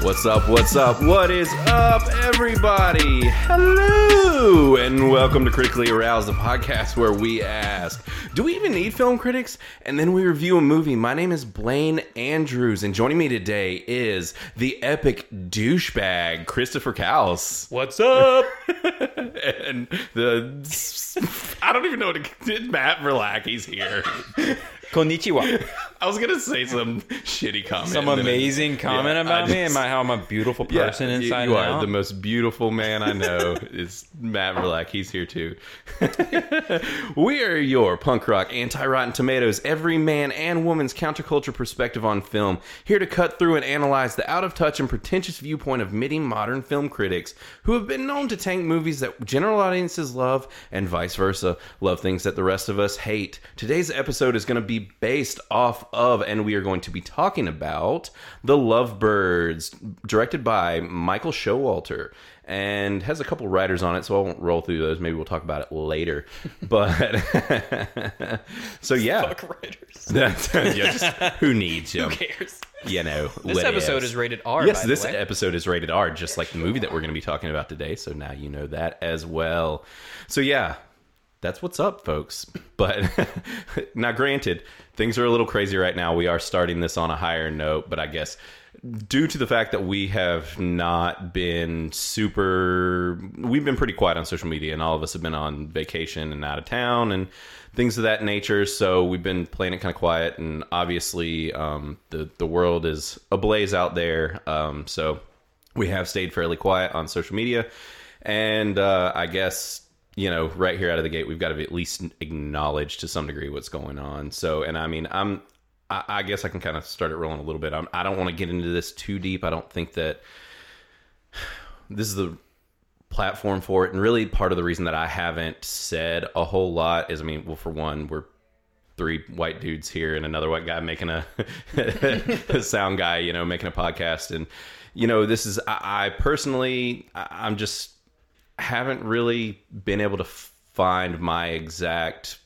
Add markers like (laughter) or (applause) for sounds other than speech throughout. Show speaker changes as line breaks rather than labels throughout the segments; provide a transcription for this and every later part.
What's up? What's up? What is up, everybody? Hello, and welcome to Critically Aroused, the podcast where we ask, do we even need film critics? And then we review a movie. My name is Blaine Andrews, and joining me today is the epic douchebag, Christopher Kaus.
What's up?
(laughs) and the, I don't even know what it did. Matt Verlack, he's
(laughs)
here. (laughs)
Konnichiwa.
I was going to say some shitty comment.
Some
and then it-
amazing comment
yeah,
about
I
me and
just-
my, how I'm a beautiful
Yeah,
person
y-
inside
You
and
are
out.
the most beautiful man I know. (laughs) is Matt Verlack. He's here too. (laughs) we are your punk rock, anti Rotten Tomatoes, every man and woman's counterculture perspective on film. Here to cut through and analyze the out of touch and pretentious viewpoint of many modern film critics who have been known to tank movies that general audiences love and vice versa, love things that the rest of us hate. Today's episode is going to be based off of, and we are going to be talking about The Lovebirds, directed by Michael Showalter, and has a couple writers on it, so I won't roll through those. Maybe we'll talk about it later. (laughs) But (laughs) so yeah,
writers.
that's yeah, just, who needs
(laughs)
you?
Who cares?
You know,
This episode is rated R.
Yes,
by
this
the way.
episode is rated R, just like the movie that we're going to be talking about today. So now you know that as well. So yeah, that's what's up, folks. (laughs) But now, granted, things are a little crazy right now. We are starting this on a higher note, but I guess due to the fact that we have not been super, we've been pretty quiet on social media, and all of us have been on vacation and out of town and things of that nature. So we've been playing it kind of quiet, and obviously, um, the the world is ablaze out there. Um, so we have stayed fairly quiet on social media and uh, i guess you know right here out of the gate we've got to at least acknowledge to some degree what's going on so and i mean i'm i, I guess i can kind of start it rolling a little bit I'm, i don't want to get into this too deep i don't think that (sighs) this is the platform for it and really part of the reason that i haven't said a whole lot is i mean well for one we're three white dudes here and another white guy making a, (laughs) a sound guy, you know, making a podcast. And, you know, this is, I, I personally, I, I'm just, haven't really been able to find my exact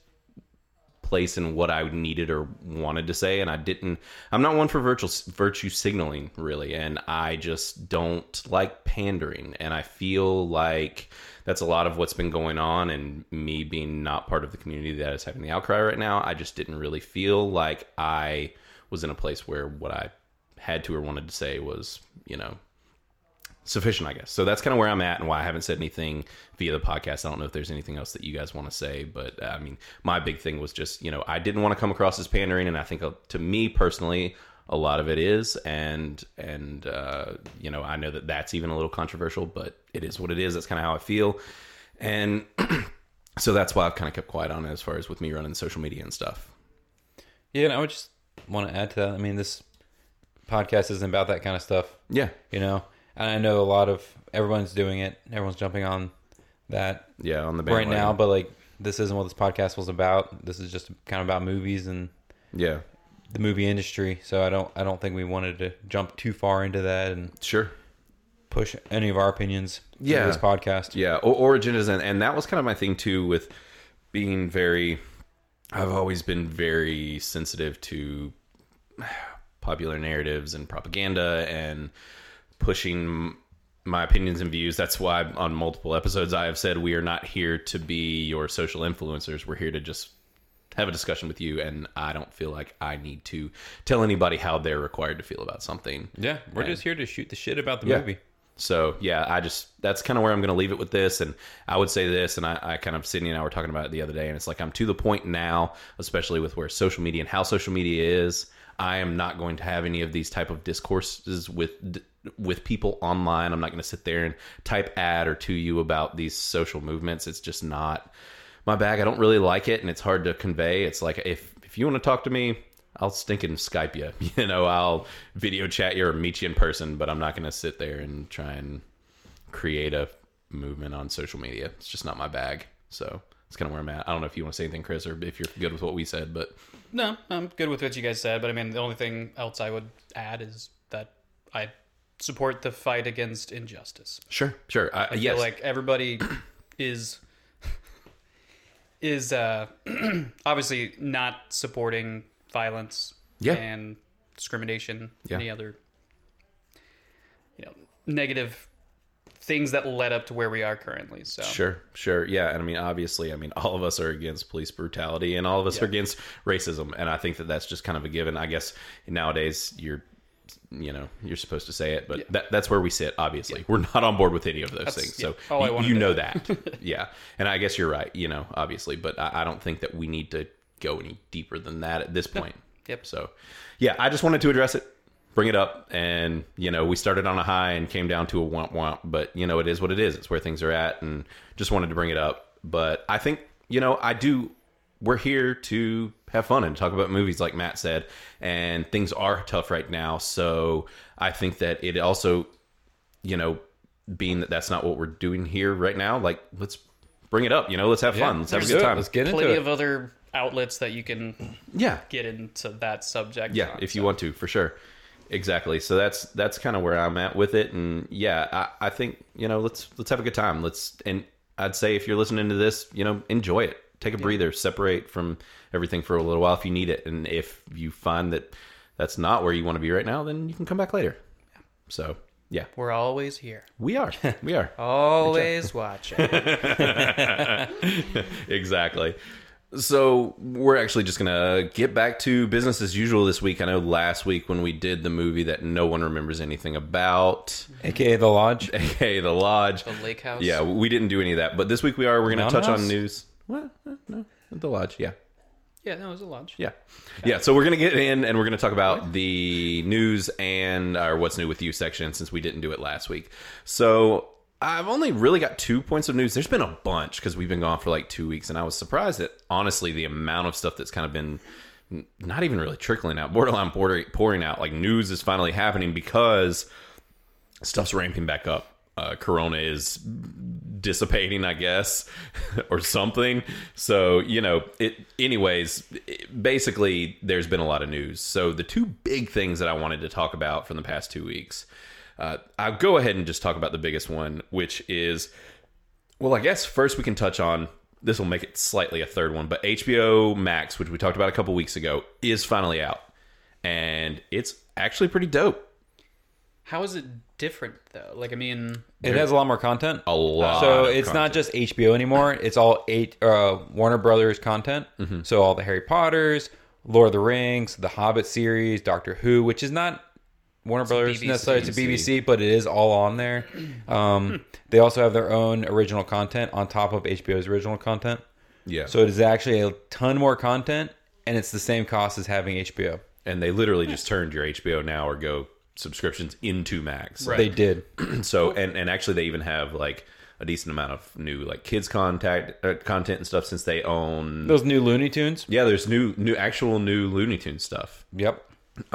place in what I needed or wanted to say. And I didn't, I'm not one for virtual, virtue signaling really. And I just don't like pandering. And I feel like that's a lot of what's been going on. And me being not part of the community that is having the outcry right now, I just didn't really feel like I was in a place where what I had to or wanted to say was, you know, sufficient, I guess. So that's kind of where I'm at and why I haven't said anything via the podcast. I don't know if there's anything else that you guys want to say, but uh, I mean, my big thing was just, you know, I didn't want to come across as pandering, and I think uh, to me personally, a lot of it is, and and uh, you know, I know that that's even a little controversial, but it is what it is. That's kind of how I feel, and (clears throat) so that's why I've kind of kept quiet on it as far as with me running social media and stuff.
yeah, and I would just want to add to that. I mean, this podcast isn't about that kind of stuff,
Yeah,
you know? And I know a lot of everyone's doing it, everyone's jumping on that
yeah, on the
right
bandwagon.
now, but like, this isn't what this podcast was about. This is just kind of about movies and
yeah,
the movie industry. So I don't, I don't think we wanted to jump too far into that and
sure.
push any of our opinions. through
Yeah.
this podcast.
Yeah, or, or agendas, and, and that was kind of my thing too with being very. I've always been very sensitive to popular narratives and propaganda and pushing my opinions and views. That's why on multiple episodes I have said we are not here to be your social influencers. We're here to just have a discussion with you and I don't feel like I need to tell anybody how they're required to feel about something.
Yeah, we're just here to shoot the shit about the
Yeah.
movie.
So yeah, I just that's kind of where I'm going to leave it with this, and I would say this, and I, I kind of Sydney and I were talking about it the other day, and it's like I'm to the point now, especially with where social media and how social media is. I am not going to have any of these type of discourses with with people online. I'm not going to sit there and type ad or to you about these social movements. It's just not my bag. I don't really like it, and it's hard to convey. It's like if if you want to talk to me, I'll stink and Skype you. (laughs) You know, I'll video chat you or meet you in person, but I'm not going to sit there and try and create a movement on social media. It's just not my bag. So that's kind of where I'm at. I don't know if you want to say anything, Chris, or if you're good with what we said, but
No, I'm good with what you guys said, but I mean, the only thing else I would add is that I support the fight against injustice.
sure, sure. I,
I
yes,
feel like
(clears throat)
everybody is is uh, (clears throat) obviously not supporting violence
Yeah.
and discrimination,
Yeah.
any other you know negative things that led up to where we are currently. So
Sure, sure. Yeah. And I mean, obviously, I mean, all of us are against police brutality and all of us are against racism. And I think that that's just kind of a given. I guess nowadays you're, you know, you're supposed to say it, but that, that's where we sit, obviously. We're not on board with any of those things. So
yeah. All I
you-
wanted
you,
to-
know that.
(laughs)
yeah. And I guess you're right, you know, obviously, but I, I don't think that we need to go any deeper than that at this point.
Yep.
So, yeah, I just wanted to address it, bring it up, and you know, we started on a high and came down to a womp womp. But you know, it is what it is. It's where things are at, and just wanted to bring it up. But I think you know, I do. We're here to have fun and talk about movies, like Matt said, and things are tough right now. So I think that it also, you know, being that that's not what we're doing here right now, like let's bring it up. You know, let's have fun. Um, Let's have a
Let's
good
do it.
time.
Let's get into
plenty
it.
of other outlets that you can
yeah,
get into that subject.
yeah
on.
if you want to for sure exactly so that's that's kind of where i'm at with it and yeah I, I think you know let's let's have a good time let's and i'd say if you're listening to this you know enjoy it take a breather separate from everything for a little while if you need it and if you find that that's not where you want to be right now then you can come back later so yeah
We're always here.
we
(laughs)
are we are
Always watching.
exactly. So we're actually just gonna get back to business as usual this week. I know last week when we did the movie that no one remembers anything about, (laughs)
AKA the (laughs) lodge.
aka The Lodge.
The (laughs) lake house.
Yeah, we didn't do any of that, but this week we are. We're gonna
Mountain
touch on
House?
news. What? Uh, No, The Lodge. Yeah,
Yeah, that was a lunch.
yeah, yeah. So we're gonna get in and we're gonna talk about the news and our what's new with you section since we didn't do it last week. So. I've only really got two points of news. There's been a bunch because we've been gone for like two weeks, and I was surprised at honestly the amount of stuff that's kind of been n- not even really trickling out, borderline border- pouring out. Like news is finally happening because stuff's ramping back up. Uh, corona is dissipating, I guess, (laughs) or something. So, you know, it anyways, it- basically there's been a lot of news. So, the two big things that I wanted to talk about from the past 2 weeks. Uh, I'll go ahead and just talk about the biggest one, which is well, I guess first we can touch on this will make it slightly a third one, but HBO Max, which we talked about a couple weeks ago, is finally out. And it's actually pretty dope.
How is it different though? Like I mean,
It has a lot more content.
A lot.
So
of
it's
content.
not just HBO anymore. It's all eight uh, Warner Brothers content. So all the Harry Potters, Lord of the Rings, the Hobbit series, Doctor Who, which is not Warner Brothers
BBC.
necessarily. It's a BBC, but it is all on there. Um, they also have their own original content on top of HBO's original content.
yeah.
So it is actually a ton more content, and it's the same cost as having HBO.
and they literally just turned your HBO Now or Go subscriptions into Max.
Right.
They did.
(clears throat)
(clears throat)
So and and actually they even have like a decent amount of new like kids contact uh, content and stuff since they own.
Those new Looney Tunes.
Yeah, there's new new actual new Looney Tunes stuff.
Yep.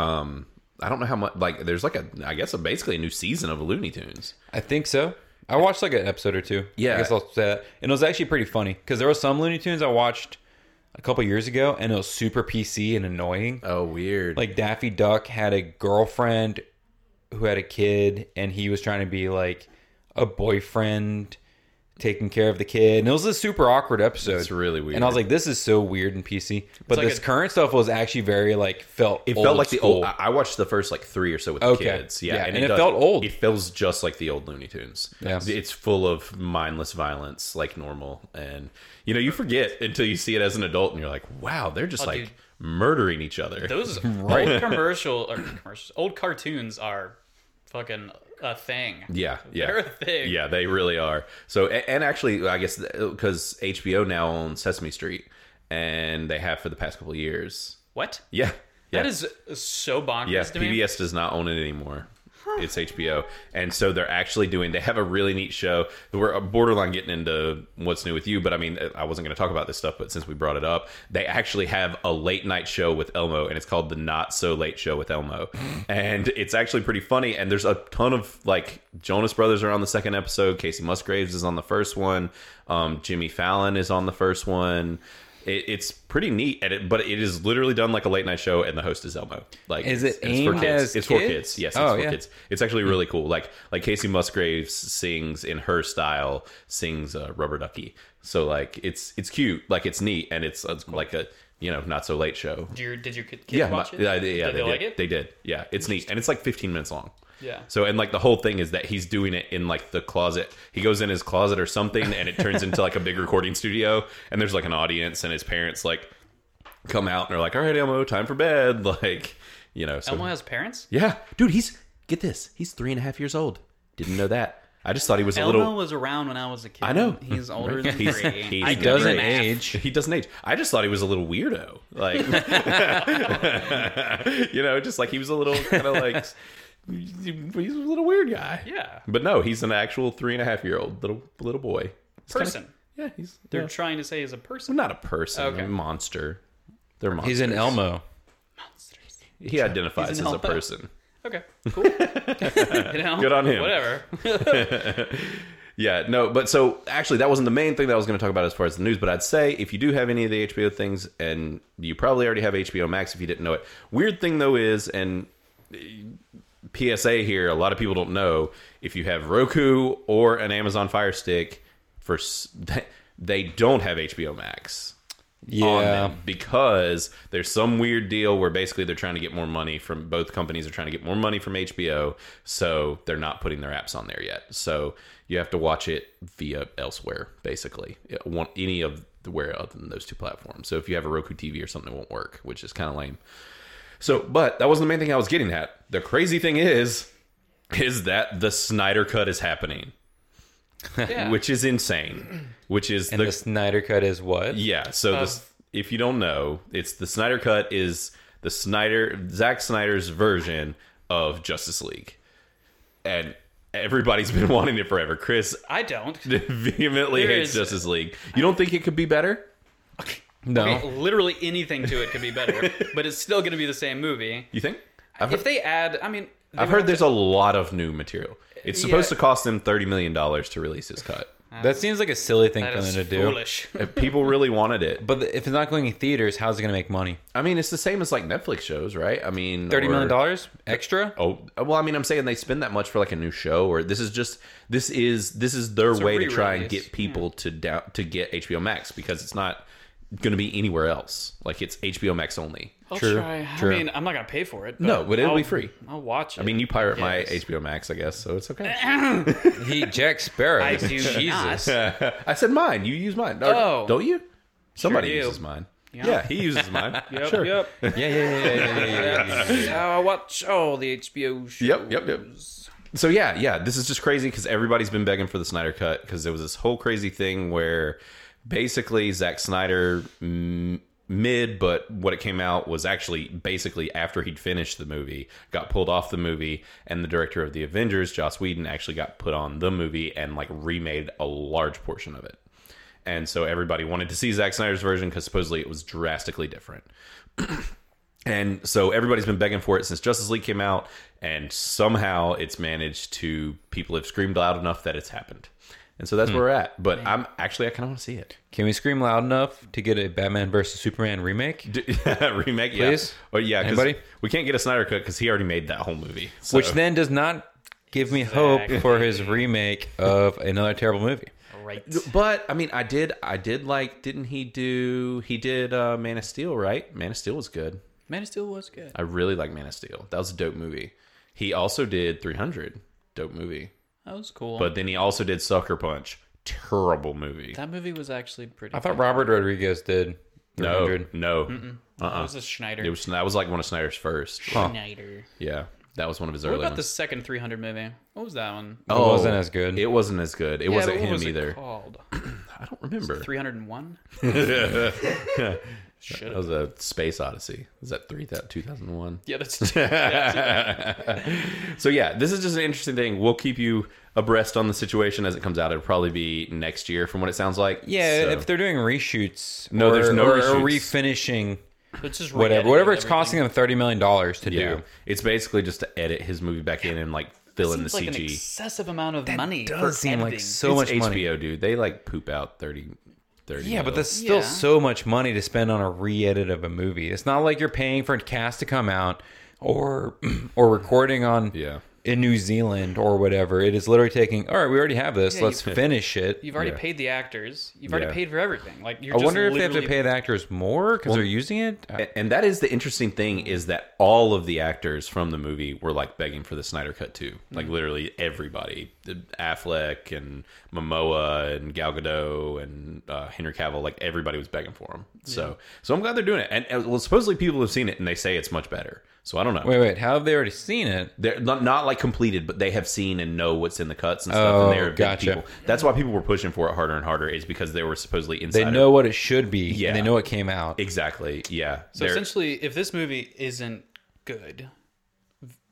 I don't know how much like there's like a I guess a basically a new season of Looney Tunes.
I think so. I watched like an episode or two.
Yeah.
I guess I'll say that. And it was actually pretty funny because there were some Looney Tunes I watched a couple years ago, and it was super PC and annoying.
Oh, weird.
Like Daffy Duck had a girlfriend who had a kid, and he was trying to be like a boyfriend taking care of the kid, and it was a super awkward episode.
It's really weird.
And I was like, "This is so weird and PC." But
like
this
a-
current stuff was actually very like felt.
it felt like the old. I I watched the first like three or so with
Okay.
the kids. Yeah,
Yeah, and it
does-
felt old.
It feels just like the old Looney Tunes.
Yeah.
it's full of mindless violence, like normal, and you know you forget until you see it as an adult, and you're like, wow, they're just like
dude.
murdering each other. (laughs)
those old commercial or commercials, old cartoons are fucking a thing.
yeah, yeah,
They're a thing.
Yeah, they really are. So, a- and actually, I guess because HBO now owns Sesame Street, and they have for the past couple of years.
What?
Yeah, yeah.
That is so bonkers
Yeah,
to me.
PBS does not own it anymore. It's HBO, and so they're actually doing. They have a really neat show. We're uh, borderline getting into what's new with you, but I mean, I wasn't going to talk about this stuff, but since we brought it up, they actually have a late night show with Elmo, and it's called the Not So Late Show with Elmo, and it's actually pretty funny. And there's a ton of like Jonas Brothers are on the second episode, Casey Musgraves is on the first one, um, Jimmy Fallon is on the first one. It, it's pretty neat, and it, but it is literally done like a late night show, and the host is Elmo. Like
Is
it's-
it
it's for
aimed
kids.
as
it's for
kids?
kids? Yes, it's
Oh,
for
yeah.
kids. It's actually really cool. Like like Casey Musgraves sings in her style, sings uh, Rubber Ducky. So like it's it's cute, like it's neat, and it's, it's like a you know, not so late show.
Did your did your kid, kids
Yeah,
watch
my-
it?
yeah, they, yeah,
did
they,
they,
did.
like it?
They did. Yeah, it's neat, and it's like 15 minutes long.
yeah.
So and like the whole thing is that he's doing it in like the closet. He goes in his closet or something, and it turns into like a big recording studio. And there's like an audience, and his parents like come out and are like, "All right, Elmo, time for bed." (laughs) Like, you know, so
Elmo has parents.
yeah, dude, he's get this, he's three and a half years old. Didn't know that. I just thought he was a
Elmo
little.
was around when I was a kid.
I know. (laughs)
he's older than
He's-
three.
he's
I
He
can do
doesn't
math.
age.
(laughs) He doesn't age. I just thought he was a little weirdo. Like, (laughs) you know, just like he was a little kind of like, (laughs) he's a little weird guy.
Yeah,
But no, he's an actual three and a half year old little little boy. He's kinda-
person.
yeah, he's
They're
they're
trying to say he's a person.
not a person,
Okay.
a monster. They're monsters.
He's an Elmo.
Monsters.
He identifies
He's an
as a
Elmo.
person.
Okay,
(laughs)
cool. you know,
Good on him. (laughs)
Whatever.
Yeah, no, but so actually, that wasn't the main thing that I was going to talk about as far as the news. But I'd say if you do have any of the HBO things, and you probably already have HBO Max if you didn't know it. Weird thing though is, and PSA here, a lot of people don't know if you have Roku or an Amazon Fire Stick. For s- (laughs) they don't have HBO Max. on
Yeah.
them because there's some weird deal where basically they're trying to get more money from both companies are trying to get more money from HBO, so they're not putting their apps on there yet. So you have to watch it via elsewhere, basically. It won't any of the where other than those two platforms. So if you have a Roku TV or something, it won't work, which is kind of lame. So, but that wasn't the main thing I was getting at. The crazy thing is, is that the Snyder Cut is happening,
Yeah.
which is insane. Which is
And the, Snyder cut is what?
yeah. So this, if you don't know, it's the Snyder Cut is the Snyder Zack Snyder's version of Justice League, and everybody's (laughs) been wanting it forever. Chris (laughs)
I don't.
vehemently
There
hates
is-
Justice League. You don't think it could be better?
No.
Okay, literally anything to it could
(laughs)
be better, but it's still going to be the same movie.
You think? I've,
If they add, I mean, they
I've
would-
heard there's a lot of new material. It's supposed
Yeah.
to cost them thirty million dollars to release his cut.
That seems like a silly thing
that
for them
is
to do.
foolish.
If People really wanted it.
But the- if it's not going in theaters, how's it going to make money?
I mean, it's the same as like Netflix shows, right? I mean,
Thirty million
or-
dollars extra?
Oh well, I mean, I'm saying they spend that much for like a new show, or this is just this is this is their
a
way to try and
re-release.
get people to down to get HBO Max because it's not going to be anywhere else. Like it's HBO Max only.
I'll
True,
try.
true.
I mean, I'm not going to pay for it. But
No, but it'll be
I'll-
free.
I'll watch it.
I mean, you pirate my
Yes.
HBO Max, I guess, so it's okay.
(laughs)
(laughs)
He Jack Sparrow.
I do
Jesus.
not.
I said mine. You use mine. Or-
Oh.
don't you? Somebody
do.
uses mine. Yeah, he uses mine.
(laughs) Yep,
sure.
yep.
Yeah, yeah, yeah, yeah, yeah, yeah, yeah, yeah.
That's how I watch all the HBO shows.
Yep, yep, yep. So yeah, yeah, this is just crazy because everybody's been begging for the Snyder cut because there was this whole crazy thing where basically Zack Snyder mm, mid, but what it came out was actually basically after he'd finished the movie, got pulled off the movie, and the director of the Avengers, Joss Whedon, actually got put on the movie and like remade a large portion of it. And so everybody wanted to see Zack Snyder's version because supposedly it was drastically different. And so everybody's been begging for it since Justice League came out, and somehow it's managed to people have screamed loud enough that it's happened. And so that's where we're at. But I'm actually I kind of want to see it.
Can we scream loud enough to get a Batman versus Superman remake?
D- (laughs) Remake,
Please?
yeah. Or yeah, 'cause
Anybody?
we can't get a Snyder cut because he already made that whole movie. So-
Which then does not give me hope for his remake of another terrible movie.
Right.
but I mean, I did, I did like, didn't he do? He did uh, Man of Steel, right? Man of Steel was good.
Man of Steel was good.
I really like Man of Steel. That was a dope movie. He also did 300, dope movie.
That was cool.
But then he also did Sucker Punch, terrible movie.
that movie was actually pretty.
I thought Robert Rodriguez did.
No,
300.
no, Uh-uh.
That was a Schneider.
it was that was like one of Snyder's first.
Schneider.
Yeah, that was one of his
What
early
about the
ones.
second 300 movie? What was that one?
It wasn't as good.
Oh. It wasn't as good. It
Yeah,
wasn't
but what
him
was it
either.
called?
I don't remember.
301?
That was a Space Odyssey. Was that three two thousand one? (laughs)
Yeah, that's. (laughs) yeah,
So yeah, this is just an interesting thing. We'll keep you abreast on the situation as it comes out. It'll probably be next year, from what it sounds like.
Yeah,
So-
if they're doing reshoots,
No,
or,
there's no
or, or
reshoots.
refinishing
It's just
whatever,
re-edited
whatever it's
everything.
costing them thirty million dollars to
yeah,
do.
it's basically just to edit his movie back in and like fill in the
Seems like an
CG.
excessive amount of money. for
Does seem like
editing.
so much
it's HBO,
money.
dude. They like poop out 30, 30
Yeah, but
mil.
that's still
Yeah.
so much money to spend on a re-edit of a movie. It's not like you're paying for a cast to come out (clears throat) or or recording on
yeah.
in New Zealand or whatever. It is literally taking. All right, we already have this.
Yeah,
Let's finish it.
You've already
Yeah.
paid the actors. You've already
Yeah.
paid for everything. Like you're
I
just
wonder if they have to
literally-
pay the actors more because they're using it. Uh, I-
A- And that is the interesting thing is that all of the actors from the movie were like begging for the Snyder cut too.
Mm.
Like literally everybody, The- Affleck and Momoa and Gal Gadot and uh, Henry Cavill, like everybody was begging for them. So, so I'm glad they're doing it. And, and well, supposedly people have seen it and they say it's much better. So I don't know.
Wait, wait. How have they already seen it?
They're not, not like completed, but they have seen and know what's in the cuts and stuff.
Oh,
and they're big
gotcha.
people. That's why people were pushing for it harder and harder is because they were supposedly inside.
They
of-
know what it should be.
Yeah.
and they know it came out.
exactly. Yeah.
So
They're-
essentially, if this movie isn't good,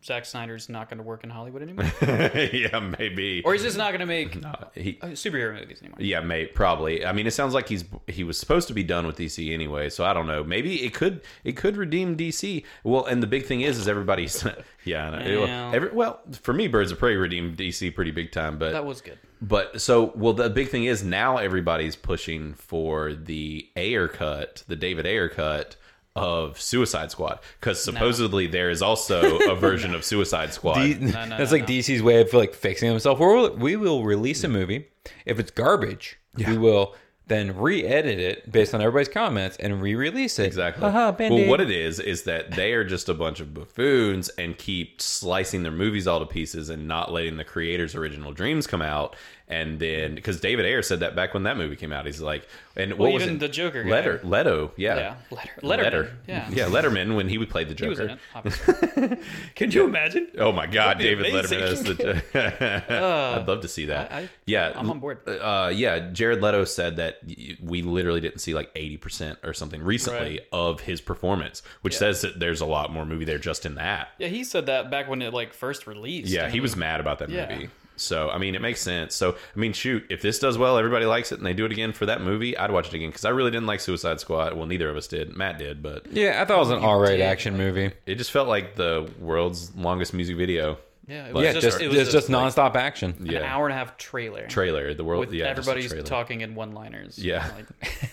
Zack Snyder's not going to work in Hollywood anymore,
(laughs) yeah, maybe.
or he's just not going to make uh,
Uh, he,
superhero movies anymore.
Yeah, mate, probably. I mean, it sounds like he's he was supposed to be done with DC anyway, so I don't know. Maybe it could it could redeem DC. Well, and the big thing is, is everybody's (laughs) yeah. I know. It-
Yeah.
every- well, for me, Birds of Prey redeemed DC pretty big time, but
That was good.
but so well, the big thing is now everybody's pushing for the Ayer cut, the David Ayer cut of Suicide Squad, because supposedly there is also
(laughs)
a version of Suicide Squad.
D- (laughs)
no,
that's
no,
like DC's way of like fixing himself. We'll, we will release
Mm.
a movie. If it's garbage, we will then re-edit it based on everybody's comments and re-release it.
Exactly.
Haha,
well,
Band-Aid.
what it is is that they are just a bunch of buffoons and keep slicing their movies all to pieces and not letting the creators' original dreams come out. And then, because David Ayer said that back when that movie came out, he's like, and what
Well,
was
even
it?
the Joker guy.
Letter, Leto, yeah,
Yeah, Letter, Letterman. Yeah,
Uh, yeah, Letterman when he would play the
he was in
Joker.
it. Obviously. Can you imagine?
Oh my God,
That'd be
David
amazing.
Letterman as the.
(laughs)
(laughs) I'd love to see that.
I- I-
yeah,
I'm on board.
Uh, yeah, Jared Leto said that y- we literally didn't see like eighty percent or something recently
Right.
of his performance, which says that there's a lot more movie there just in that.
Yeah, he said that back when it like first released.
Yeah,
And
he
it
was mad about that
Yeah.
movie. So I mean, it makes sense. So I mean, shoot, if this does well, everybody likes it, and they do it again for that movie, I'd watch it again because I really didn't like Suicide Squad. Well, neither of us did. Matt did, but
yeah, I thought it was an all-right action movie.
it just felt like the world's longest music video
Yeah, it
Like,
was
Yeah,
just,
just,
it
it's
was
just,
just like
nonstop action.
an
Yeah.
hour and a half trailer.
trailer. The world,
with
yeah, just a
everybody's
trailer.
talking in one-liners.
Yeah.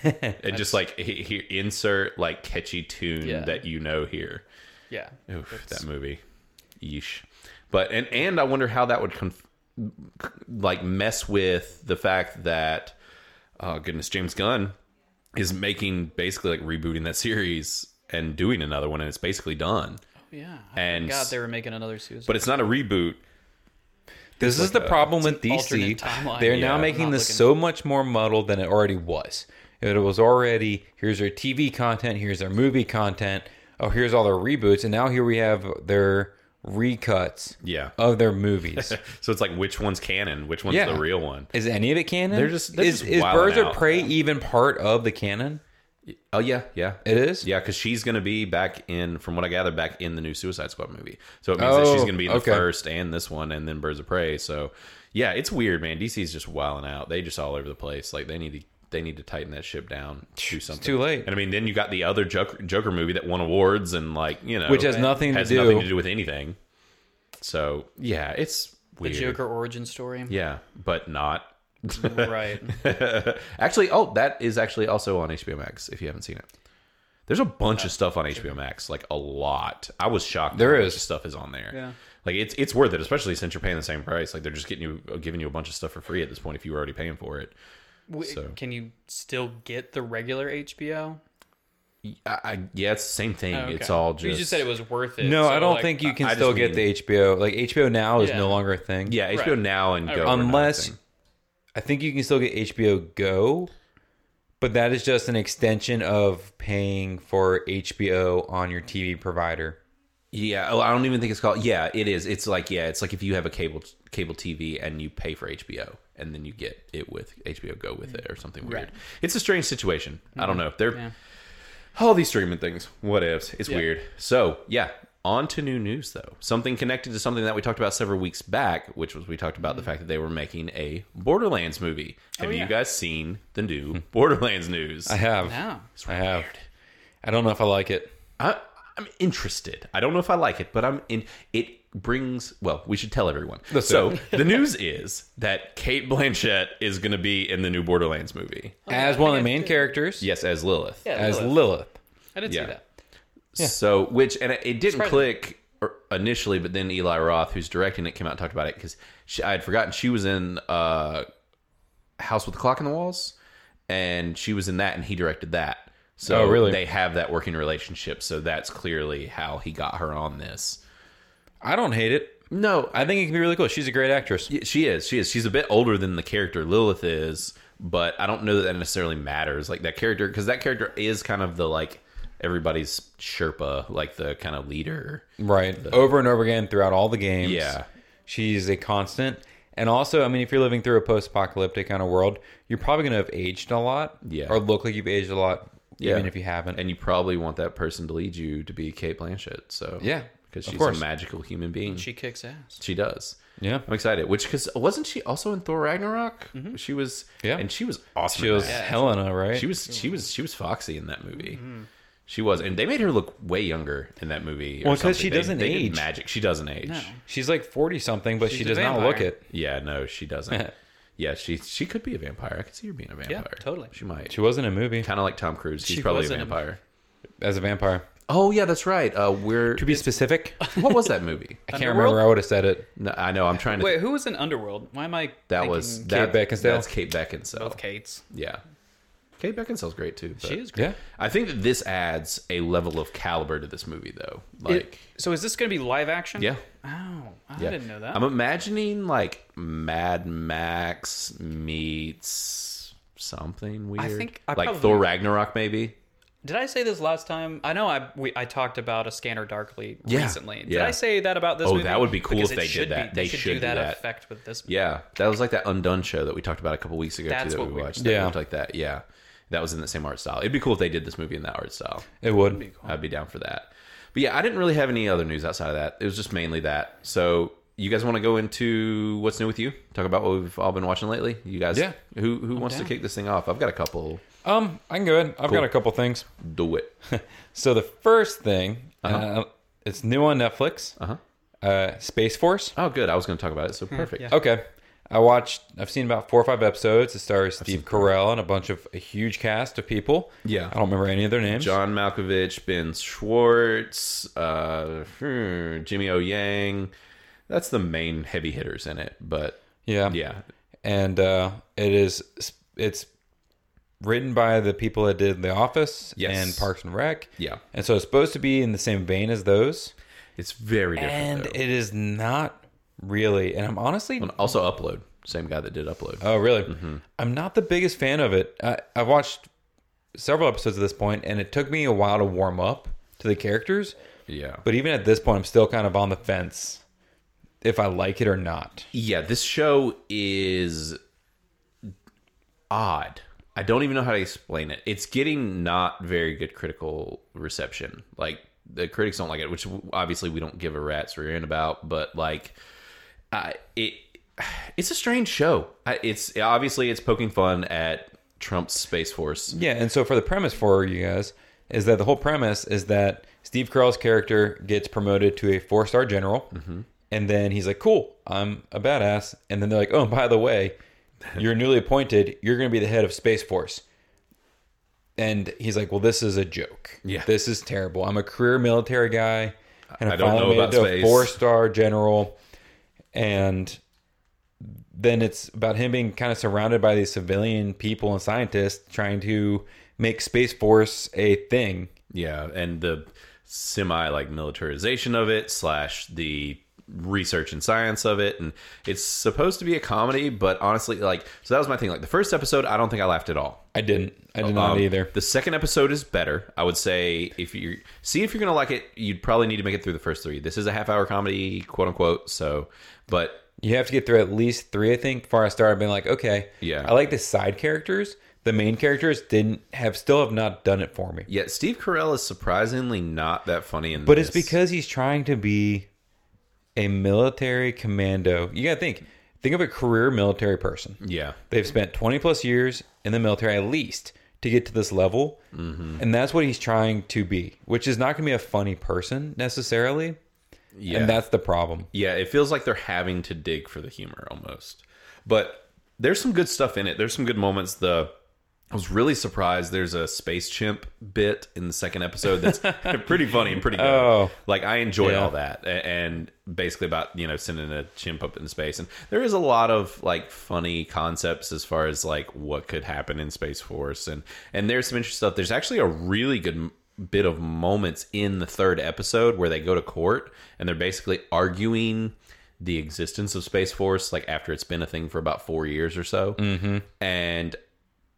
Like,
and just like he, he insert like catchy tune
Yeah.
that you know here.
yeah.
Oof, that movie, yeesh. But and and I wonder how that would conf- like mess with the fact that oh goodness, James Gunn is making basically like rebooting that series and doing another one, and it's basically done.
Yeah.
And-
God, they were making another Suicide.
But it's not a reboot.
This is the problem with
an alternate
DC.
timeline.
They're
Yeah.
now making
Not
this
looking-
so much more muddled than it already was. It was already here's their TV content, here's their movie content, oh here's all their reboots, and now here we have their recuts
Yeah.
of
(laughs)
their movies.
So it's like which one's canon, which one's
Uh, Yeah.
the real one.
Is any of it canon?
They're just- they're
is,
just
is
wilding
Birds
out.
of Prey even part of the canon?
Oh yeah, yeah.
It is.
Yeah, because she's going to be back in, from what I gather, back in the new Suicide Squad movie. So it means that she's
Oh,
going to be in
okay.
the first and this one, and then Birds of Prey. So yeah, it's weird, man. DC's just wilding out. They just all over the place. Like they need to. They need to tighten that ship down. Do something.
too late.
And I mean, then you got the other Joker, Joker movie that won awards and like you know,
Which has nothing to
has
do-
nothing to do with anything. So yeah, it's
the
weird.
Joker origin story.
Yeah, but not.
Right.
(laughs) actually, oh, that is actually also on HBO Max if you haven't seen it. There's a bunch of stuff on HBO Max, like a lot. I was shocked.
There
how much
is.
stuff is on there.
Yeah.
Like it's it's worth it, especially since you're paying the same price. Like they're just getting you giving you a bunch of stuff for free at this point if you were already paying for it.
W-
So-
Can you still get the regular HBO?
I, I, yeah, it's the same thing.
Oh, Okay.
It's all
You
just
just said it was worth it.
No,
so,
I don't
like,
think you can
I- I
still
just
get the HBO. Like HBO Now is
Yeah.
no longer a thing.
yeah HBO
Right.
now and go
unless I think you can still get HBO Go, but that is just an extension of paying for HBO on your TV provider.
yeah oh, I don't even think it's called yeah it is it's like yeah it's like if you have a cable cable TV and you pay for HBO and then you get it with HBO Go with it or something weird. It's a strange situation. I don't know. They're
Mm-hmm. Yeah.
All these streaming things. What ifs. It's weird. So, yeah. On to new news, though. Something connected to something that we talked about several weeks back, which was we talked about the fact that they were making a Borderlands movie. Have
Mm-hmm. Oh, yeah.
you guys seen the new Borderlands news?
I have.
No.
I have. I don't know if I like it.
I, I'm interested. I don't know if I like it, but I'm in. It brings. Well, we should tell everyone. So the news is that Kate Blanchett is going to be in the new Borderlands movie.
as one of the main characters,
Yes, as Lilith.
Yeah,
as
Lilith.
Lilith.
I didn't
Yeah.
see that.
So which and it, it didn't
Surprising.
click or, initially, but then Eli Roth, who's directing it, came out and talked about it because I had forgotten she was in uh, House with the Clock in the Walls, and she was in that, and he directed that. So
Oh, really?
they have that working relationship. So that's clearly how he got her on this.
I don't hate it.
No,
I think it can be really cool. She's a great actress.
Yeah, she is. She is. She's a bit older than the character Lilith is, but I don't know that that necessarily matters. Like that character, because that character is kind of the like everybody's Sherpa, like the kind of leader.
Right. Over and over again throughout all the games.
Yeah.
She's a constant. And also, I mean, if you're living through a post apocalyptic kind of world, you're probably going to have aged a lot.
Yeah.
Or look like you've aged a lot, even if you haven't.
And you probably want that person to lead you to be Kate Blanchett. So
Yeah,
because
of
she's a
course.
magical human being. She,
She kicks ass.
does.
yeah.
I'm excited. Which because wasn't she also in Thor Ragnarok? She was.
Mm-hmm. Yeah.
and she was awesome.
She
in
was
that.
Helena, right?
She was she was she was foxy in that movie. She was, and they made her look way younger in that movie. or
Well, 'cause
something.
she
They-
doesn't
they did
age.
magic. She doesn't age.
No.
She's like 40 something, but she
a
does not look
vampire.
it.
Yeah, no, she
(laughs)
doesn't. yeah, she she could be a vampire. I could see her being a vampire.
totally.
She might.
She was in a movie
Kind of like Tom Cruise. He's
She
probably a
was in a-
vampire.
as a vampire.
Oh yeah, that's right. Uh, we're
To
(laughs)
be specific, I
what was that movie?
can't
Underworld?
remember. I would have said it.
No, I know. I'm trying to.
Wait, who was in Underworld? Why am I?
that
thinking
was
Kate
that,
Beckinsale?
That's Kate Beckinsale.
both Kates.
Yeah, Kate Beckinsale's great too. But
She is great.
Yeah.
I think that this adds a level of caliber to this movie, though. Like,
so is this going to be live action?
yeah.
Oh, I
Yeah.
didn't know that.
I'm imagining like Mad Max meets something weird.
think I
like
probably-
Thor Ragnarok, maybe.
Did I say this last time? I know I we, I talked about a Scanner Darkly
Yeah,
recently. Did
yeah.
I say that about this?
Oh,
movie?
that would be cool
Because
if
it
they did
should
that.
Be, they, should, do, that,
that.
effect with this. Movie.
Yeah, that was like that Undone show that we talked about a couple weeks ago too.
That's
That
what
we
we-
watched. That
Yeah.
looked like that. Yeah, that was in the same art style. It'd be cool if they did this movie in that art style.
It would.
I'd be down for that. But yeah, I didn't really have any other news outside of that. It was just mainly that. So you guys want to go into what's new with you? Talk about what we've all been watching lately. You guys,
Yeah.
Who who wants
down.
to kick this thing off? I've got a couple.
Um, I can go ahead. I've got a couple things.
Do it.
So the first thing, uh
Uh-huh.
it's new on Netflix.
Uh huh.
Uh, Space Force.
Oh, good. I was going to talk about it.
Hmm.
So perfect.
Okay, I watched. I've seen about four or five episodes. It stars Steve Carell and a bunch of a huge cast of people.
Yeah.
I don't remember any of their names.
John Malkovich, Ben Schwartz, uh, hmm, Jimmy O Yang. That's the main heavy hitters in it. But
Yeah,
yeah,
and uh, it is it's written by the people that did The Office
Yes.
and Parks and Rec.
yeah,
And so it's supposed to be in the same vein as those,
it's very different.
and
though.
it is not really. And I'm honestly
And also, Upload. Same guy that did Upload.
Oh, really?
Mm-hmm.
I'm not the biggest fan of it. I, I've watched several episodes at this point, and it took me a while to warm up to the characters.
yeah.
But even at this point, I'm still kind of on the fence if I like it or not.
yeah, this show is odd. I don't even know how to explain it. It's getting not very good critical reception. Like the critics don't like it, which obviously we don't give a rat's rear end about. But like, I it it's a strange show. I, it's obviously it's poking fun at Trump's space force.
Yeah, and so for the premise for you guys is that the whole premise is that Steve Carell's character gets promoted to a four star general, and then he's like, "Cool, I'm a badass," and then they're like, "Oh, and by the (laughs) way, you're newly appointed. You're going to be the head of Space Force." And he's like, "Well, this is a joke.
Yeah.
this is terrible. I'm a career military guy, and I,
I don't
finally
know
made it
about
to
space."
a four star general." And then it's about him being kind of surrounded by these civilian people and scientists trying to make Space Force a thing.
Yeah, and the semi like militarization of it slash the research and science of it and it's supposed to be a comedy but honestly like so that was my thing like the first episode i don't think i laughed at all
I didn't. I did not
Um,
either.
the second episode is better i would say if you see if you're gonna like it you'd probably need to make it through the first three this is a half hour comedy quote unquote so but
You have to get through at least three, I think, before I started being like, okay,
Yeah.
I like the side characters. The main characters didn't have still have not done it for me.
yet steve carell is surprisingly not that funny in
But it's
this.
because he's trying to be a military commando. You gotta think. Think of a career military person.
yeah
They've spent 20 plus years in the military at least to get to this level.
Mm-hmm.
And that's what he's trying to be, which is not going to be a funny person necessarily.
yeah
And that's the problem.
Yeah, it feels like they're having to dig for the humor almost. But there's some good stuff in it. There's some good moments. The I was really surprised. There's a space chimp bit in the second episode
(laughs)
that's pretty funny and pretty good.
Oh.
Like I enjoy
Yeah.
all that, A- and basically about you know sending a chimp up in space. And there is a lot of like funny concepts as far as like what could happen in Space Force, and and there's some interesting stuff. There's actually a really good m- bit of moments in the third episode where they go to court and they're basically arguing the existence of Space Force, like after it's been a thing for about four years or so. Mm-hmm. And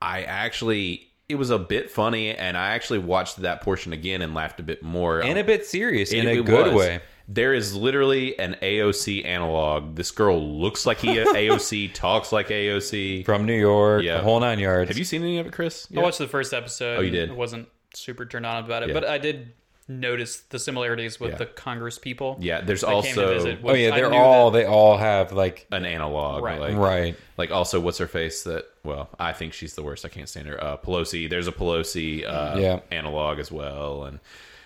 I actually, it was a bit funny, and I actually watched that portion again and laughed a bit more.
and a bit serious in
Oh. It-
a
it
good
was.
way.
There is literally an AOC analog. This girl looks like he AOC, talks like AOC.
From New York,
Yeah.
the whole nine yards.
Have you seen any of it, Chris?
I watched the first episode.
Oh, you
and
did?
I wasn't super turned on about it,
Yeah.
but I did notice the similarities with
Yeah.
the Congress people.
Yeah, there's
that came to
also
visit.
Oh
Was-
yeah,
I
they're
knew
all
that-
they all have like
an analog,
Right.
Like,
right.
Like also, what's her face? That well, I think she's the worst. I can't stand her. Uh, Pelosi. There's a Pelosi uh,
Yeah.
analog as well, and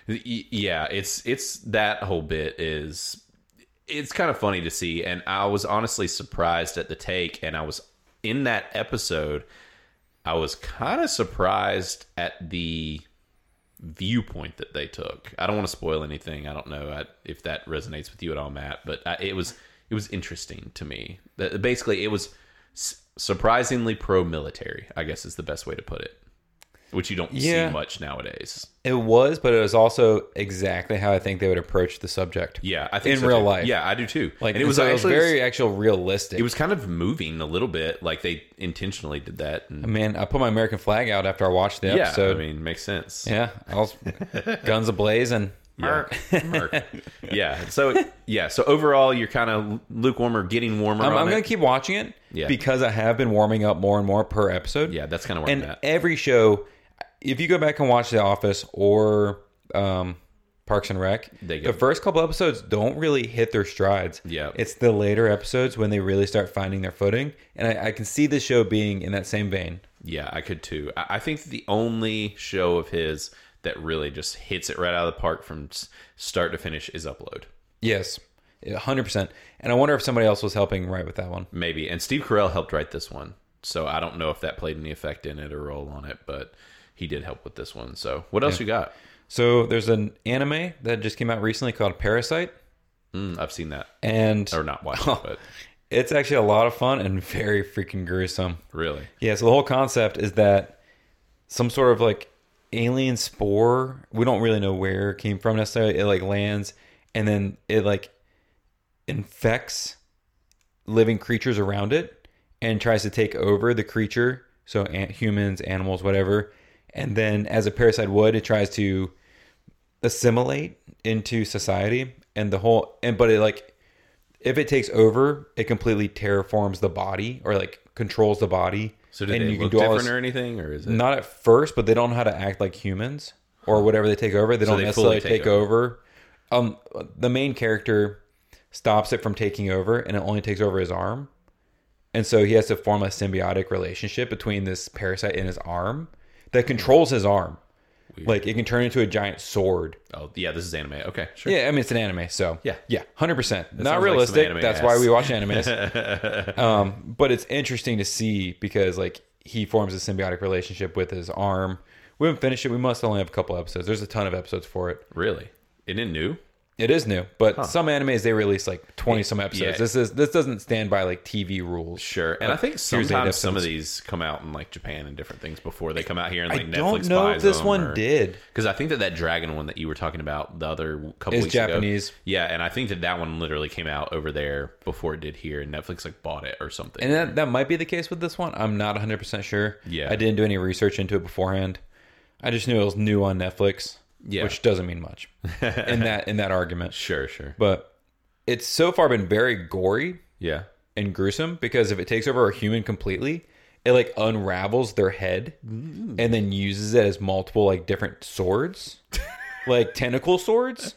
y- yeah, it's it's that whole bit is it's kind of funny to see, and I was honestly surprised at the take, and I was in that episode. I was kind of surprised at the viewpoint that they took. I don't want to spoil anything. I don't know I, if that resonates with you at all, Matt, but I, it was it was interesting to me. That- Basically, it was s- surprisingly pro-military. I guess is the best way to put it, which you don't
Yeah.
see much nowadays.
It was, but it was also exactly how I think they would approach the subject.
Yeah, I think
In
so,
real
too.
life.
Yeah, I do too.
Like
and it was
so
actually
very actual realistic.
it was kind of moving a little bit. Like they intentionally did that. And,
man, I put my American flag out after I watched the
yeah,
episode.
I mean, makes sense.
yeah, I
(laughs)
was guns ablazing.
Merc. Merc. (laughs) yeah. So yeah. So overall, you're kind of lukewarm or getting warmer.
I'm,
on
I'm
it.
gonna keep watching it
Yeah.
because I have been warming up more and more per episode.
Yeah, that's kind of where
and
I'm at.
every show, if you go back and watch The Office or um, Parks and Rec,
They
the
go-
first couple episodes don't really hit their strides.
Yeah.
it's the later episodes when they really start finding their footing, and I, I can see the show being in that same vein.
Yeah, I could too. I, I think the only show of his that really just hits it right out of the park from s- start to finish is Upload.
Yes, hundred percent. And I wonder if somebody else was helping write with that one.
Maybe. And Steve Carell helped write this one. So I don't know if that played any effect in it or role on it, but he did help with this one. So what else you got?
So there's an anime that just came out recently called Parasite,
Mm, I've seen that.
and
Or not watched
(laughs)
it, but
it's actually a lot of fun and (laughs) very freaking gruesome.
really.
Yeah, so the whole concept is that some sort of like alien spore, we don't really know where it came from necessarily, it like lands and then it like infects living creatures around it and tries to take over the creature, so an- humans, animals, whatever. And then as a parasite would, it tries to assimilate into society and the whole and but it like if it takes over, it completely terraforms the body or like controls the body.
So did
and
it
you
look
can do all
different
this,
or anything? Or is it?
not at first, but they don't know how to act like humans or whatever they take over. They don't
they
necessarily
fully take
take over. Um, the main character stops it from taking over, and it only takes over his arm, and so he has to form a symbiotic relationship between this parasite and his arm that controls his arm. Like it can turn into a giant sword.
Oh, yeah, this is anime. Okay, sure.
Yeah, I mean it's an anime, so
Yeah.
yeah, hundred percent.
sounds
Not
like some
realistic.
anime
That's
ass.
why we watch
(laughs)
animes. um, but it's interesting to see because like he forms a symbiotic relationship with his arm. We haven't finished it. We must only have a couple episodes. There's a ton of episodes for it.
Really? Isn't it new?
It is new, but some animes they release like twenty some episodes.
Yeah.
This is this doesn't stand by like TV rules.
Sure, and I think
eight
sometimes some of
episodes.
these come out in like Japan and different things before they come out here. And
I
like
don't
Netflix
know
buys
if this
them
one
or-
did.
because I think that that dragon one that you were talking about the other couple
Is
weeks
Japanese.
ago, yeah, and I think that that one literally came out over there before it did here, and Netflix like bought it or something.
And that, that might be the case with this one. I'm not 100% sure.
Yeah.
I didn't do any research into it beforehand. I just knew it was new on Netflix,
Yeah.
which doesn't mean
(laughs)
much in that in that argument.
sure, sure,
But it's so far been very gory
yeah,
and gruesome because if it takes over a human completely, it like unravels their head
Mm.
and then uses it as multiple like different
(laughs)
swords. like tentacle swords.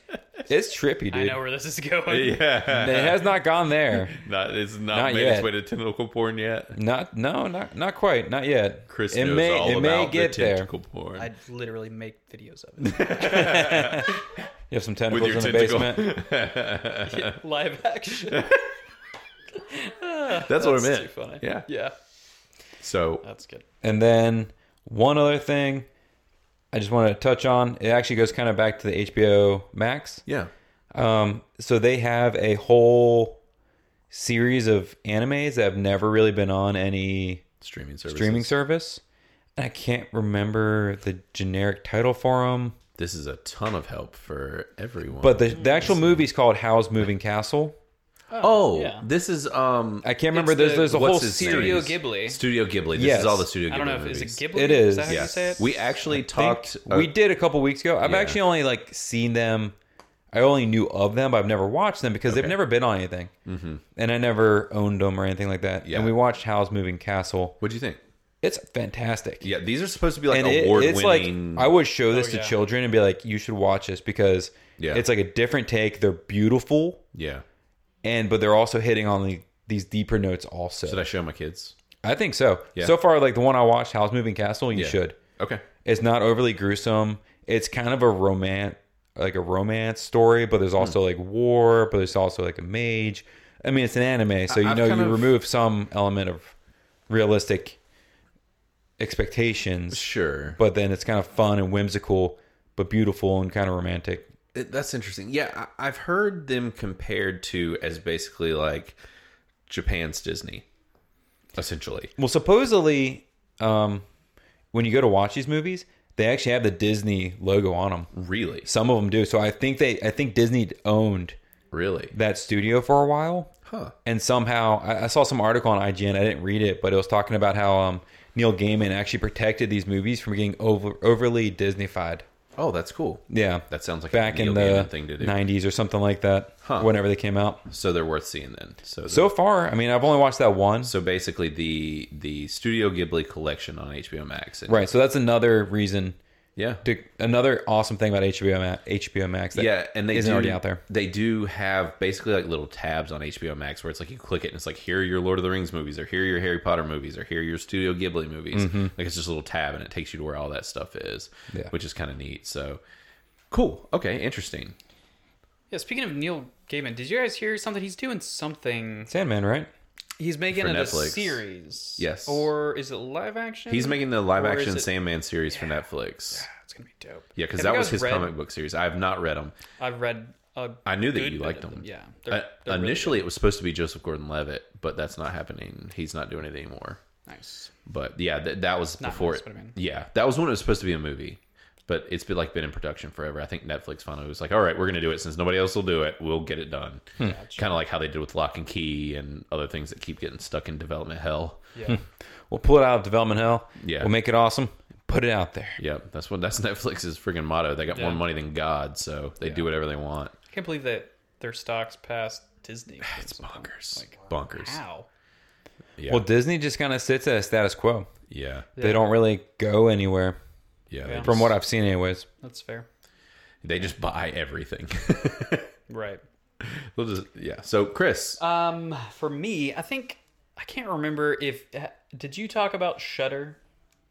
It's trippy,
I
dude.
know where this is going.
yeah.
And it has not gone there.
Not, it's not,
Not
made
yet.
its way to tentacle porn yet.
Not no, not not quite, not yet.
Chris
it
knows
may
all
it
about
may get
the
there.
tentacle porn.
I'd literally make videos of
(laughs)
it.
You have some tentacles in
your
the
tentacle. (laughs)
basement.
(laughs) Live action.
That's, what I
That's too
meant.
funny.
Yeah.
Yeah.
So
That's good.
and then One other thing I just want to touch on it actually goes kind of back to the HBO Max.
Yeah.
Um, so they have a whole series of animes that have never really been on any
Streaming service.
streaming service. And I can't remember the generic title for them.
This is a ton of help for everyone.
But the, the actual movie is called How's Moving Castle.
oh,
yeah.
this is um
I can't remember.
It's
there's
the-
there's a
what's
whole
his
series.
Studio
name?
Ghibli.
Studio Ghibli. This
Yes.
is all the Studio Ghibli
I don't know if
movies.
is it Ghibli.
It
Is
is.
that how
Yes.
you say it?
We actually
think
talked uh,
we did a couple weeks ago. I've actually only like seen them. I only knew of them, but I've never watched them because they've never been on anything, mm-hmm. and I never owned them or anything like that.
Yeah.
And we watched Howl's Moving Castle.
What do you think?
It's fantastic.
Yeah, these are supposed to be like
and it- it's like
award-winning.
I would show this to
yeah.
children and be like, "You should watch this because
Yeah.
it's like a different take. They're beautiful,
yeah.
and but they're also hitting on the, these deeper notes. Also,
Should I show my kids?
I think so.
Yeah.
So far, like the one I watched, Howl's Moving Castle, you
Yeah.
should.
Okay.
It's not overly gruesome. It's kind of a romance, like a romance story, but there's
Hmm.
also like war, but there's also like a mage. I mean, it's an anime, so you
I've
know
kind
you
of-
remove some element of realistic expectations,
Sure.
but then it's kind of fun and whimsical, but beautiful and kind of romantic.
It- That's interesting. Yeah, I, I've heard them compared to as basically like Japan's Disney, essentially.
Well, supposedly, um, when you go to watch these movies, they actually have the Disney logo on them.
Really,
Some of them do. So I think they, I think Disney owned
really,
that studio for a while.
huh?
and somehow I, I saw some article on IGN. I didn't read it, but it was talking about how um, Neil Gaiman actually protected these movies from getting over, overly Disneyfied.
Oh, that's cool.
Yeah,
That sounds like
back
a Neil
in the
Gaiman thing to do.
'90s or something like that.
Huh.
Whenever they came out.
So they're worth seeing then. So,
So far, I mean, I've only watched that one.
so basically the the Studio Ghibli collection on HBO Max. And,
Right, so that's another reason.
Yeah.
To, another awesome thing about HBO Max, HBO Max that
yeah, and they
isn't
do,
already out there.
They do have basically like little tabs on HBO Max where it's like you click it and it's like here are your Lord of the Rings movies or here are your Harry Potter movies or here are your Studio Ghibli movies. Like it's just a little tab and it takes you to where all that stuff is,
Mm-hmm. Yeah.
which is kind of neat. So cool. Okay, interesting.
Yeah, speaking of Neil Gaiman, did you guys hear something? He's doing something.
Sandman, right?
He's making
For
it
Netflix.
a series.
Yes.
Or is it live action?
He's making the live
Or is
action
it-
Sandman series for Netflix.
(sighs) It's gonna be dope.
Yeah, because
Have
that
you
was
guys
his
read-
comic book series. I have not read them.
I've read. A
I knew that
good
you
bit
liked
of
them.
Yeah. They're-
Uh,
they're really
initially, it was supposed to be Joseph Gordon-Levitt, but that's not happening. He's not doing it anymore.
nice.
But yeah, th- that was
Not
before.
nice,
it-
but I mean-
Yeah, that was when it was supposed to be a movie, but it's been like been in production forever. I think Netflix finally was like, "All right, we're going to do it since nobody else will do it. We'll get it done."
Hmm.
Kind of like how they did with Lock and Key and other things that keep getting stuck in development hell.
Yeah.
We'll pull it out of development hell.
Yeah.
we'll make it awesome. Put it out there.
Yeah, that's what that's (laughs) Netflix's freaking motto. They got more
Yeah.
money than God, so they do whatever they want.
I can't believe that their stocks passed Disney.
(sighs) It's bonkers, bonkers.
How?
Yeah,
Well, Disney just kind of sits at a status quo.
yeah,
They don't really go anywhere,
yeah. They,
Yeah.
just,
from what I've seen, anyways.
That's fair.
they just buy everything.
Right.
They'll just yeah. So Chris,
Um, for me, I think I can't remember if uh, did you talk about Shutter,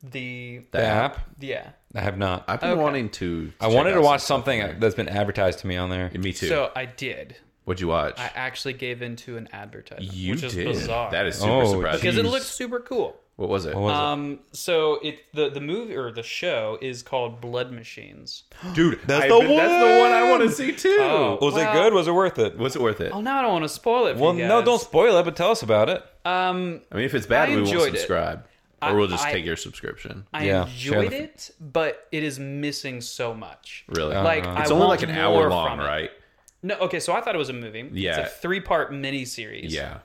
the
The app,
yeah.
I have not. I,
I've been wanting to. check
wanted
out
to
some
watch
stuff on
something that's been advertised to me on there.
there. Me too.
So I did.
What'd you watch?
I actually gave into an advertisement,
You
which is
did.
bizarre.
That is super
Oh,
surprising.
because it
Jeez.
looks super cool.
What was it? Uh,
What was
Um, so it the the movie or the show is called Blood Machines.
Dude,
That's
I've
the
That's the one I
one!
want to see too.
it? Was it
well-
good? Was it worth it?
Was it worth it?
Oh, now I don't want to spoil it. For
Well,
you
no,
guys.
don't spoil it, but tell us about it.
Um,
I mean, if it's bad,
I
we won't
enjoyed it.
subscribe,
I-
or we'll just
I-
take your subscription.
I
Yeah, share
enjoyed
the-
it, but it is missing so much.
Really?
Like
Uh-huh.
I
it's only
want
like an hour
more
long,
from it.
right?
No, okay. So I thought it was a movie.
Yeah.
it's a three part miniseries.
Yeah.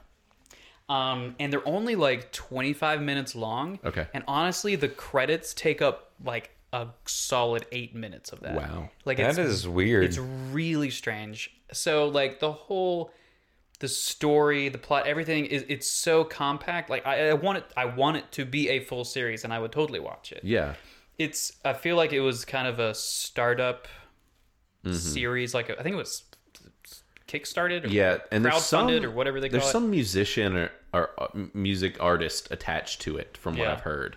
Um, and they're only like 25 minutes long.
Okay.
And honestly, the credits take up like a solid eight minutes of that.
Wow.
Like
That
it's,
is weird.
it's really strange. So like the whole, the story, the plot, everything is it's so compact. Like I, I want it, I want it to be a full series, and I would totally watch it.
Yeah.
It's I feel like it was kind of a startup
Mm-hmm.
series. Like I think it was kickstarted. Or
Yeah. And there's some
crowdfunded or whatever they
there's
call it.
some musician or, or uh, m- music artist attached to it, from what
Yeah.
I've heard.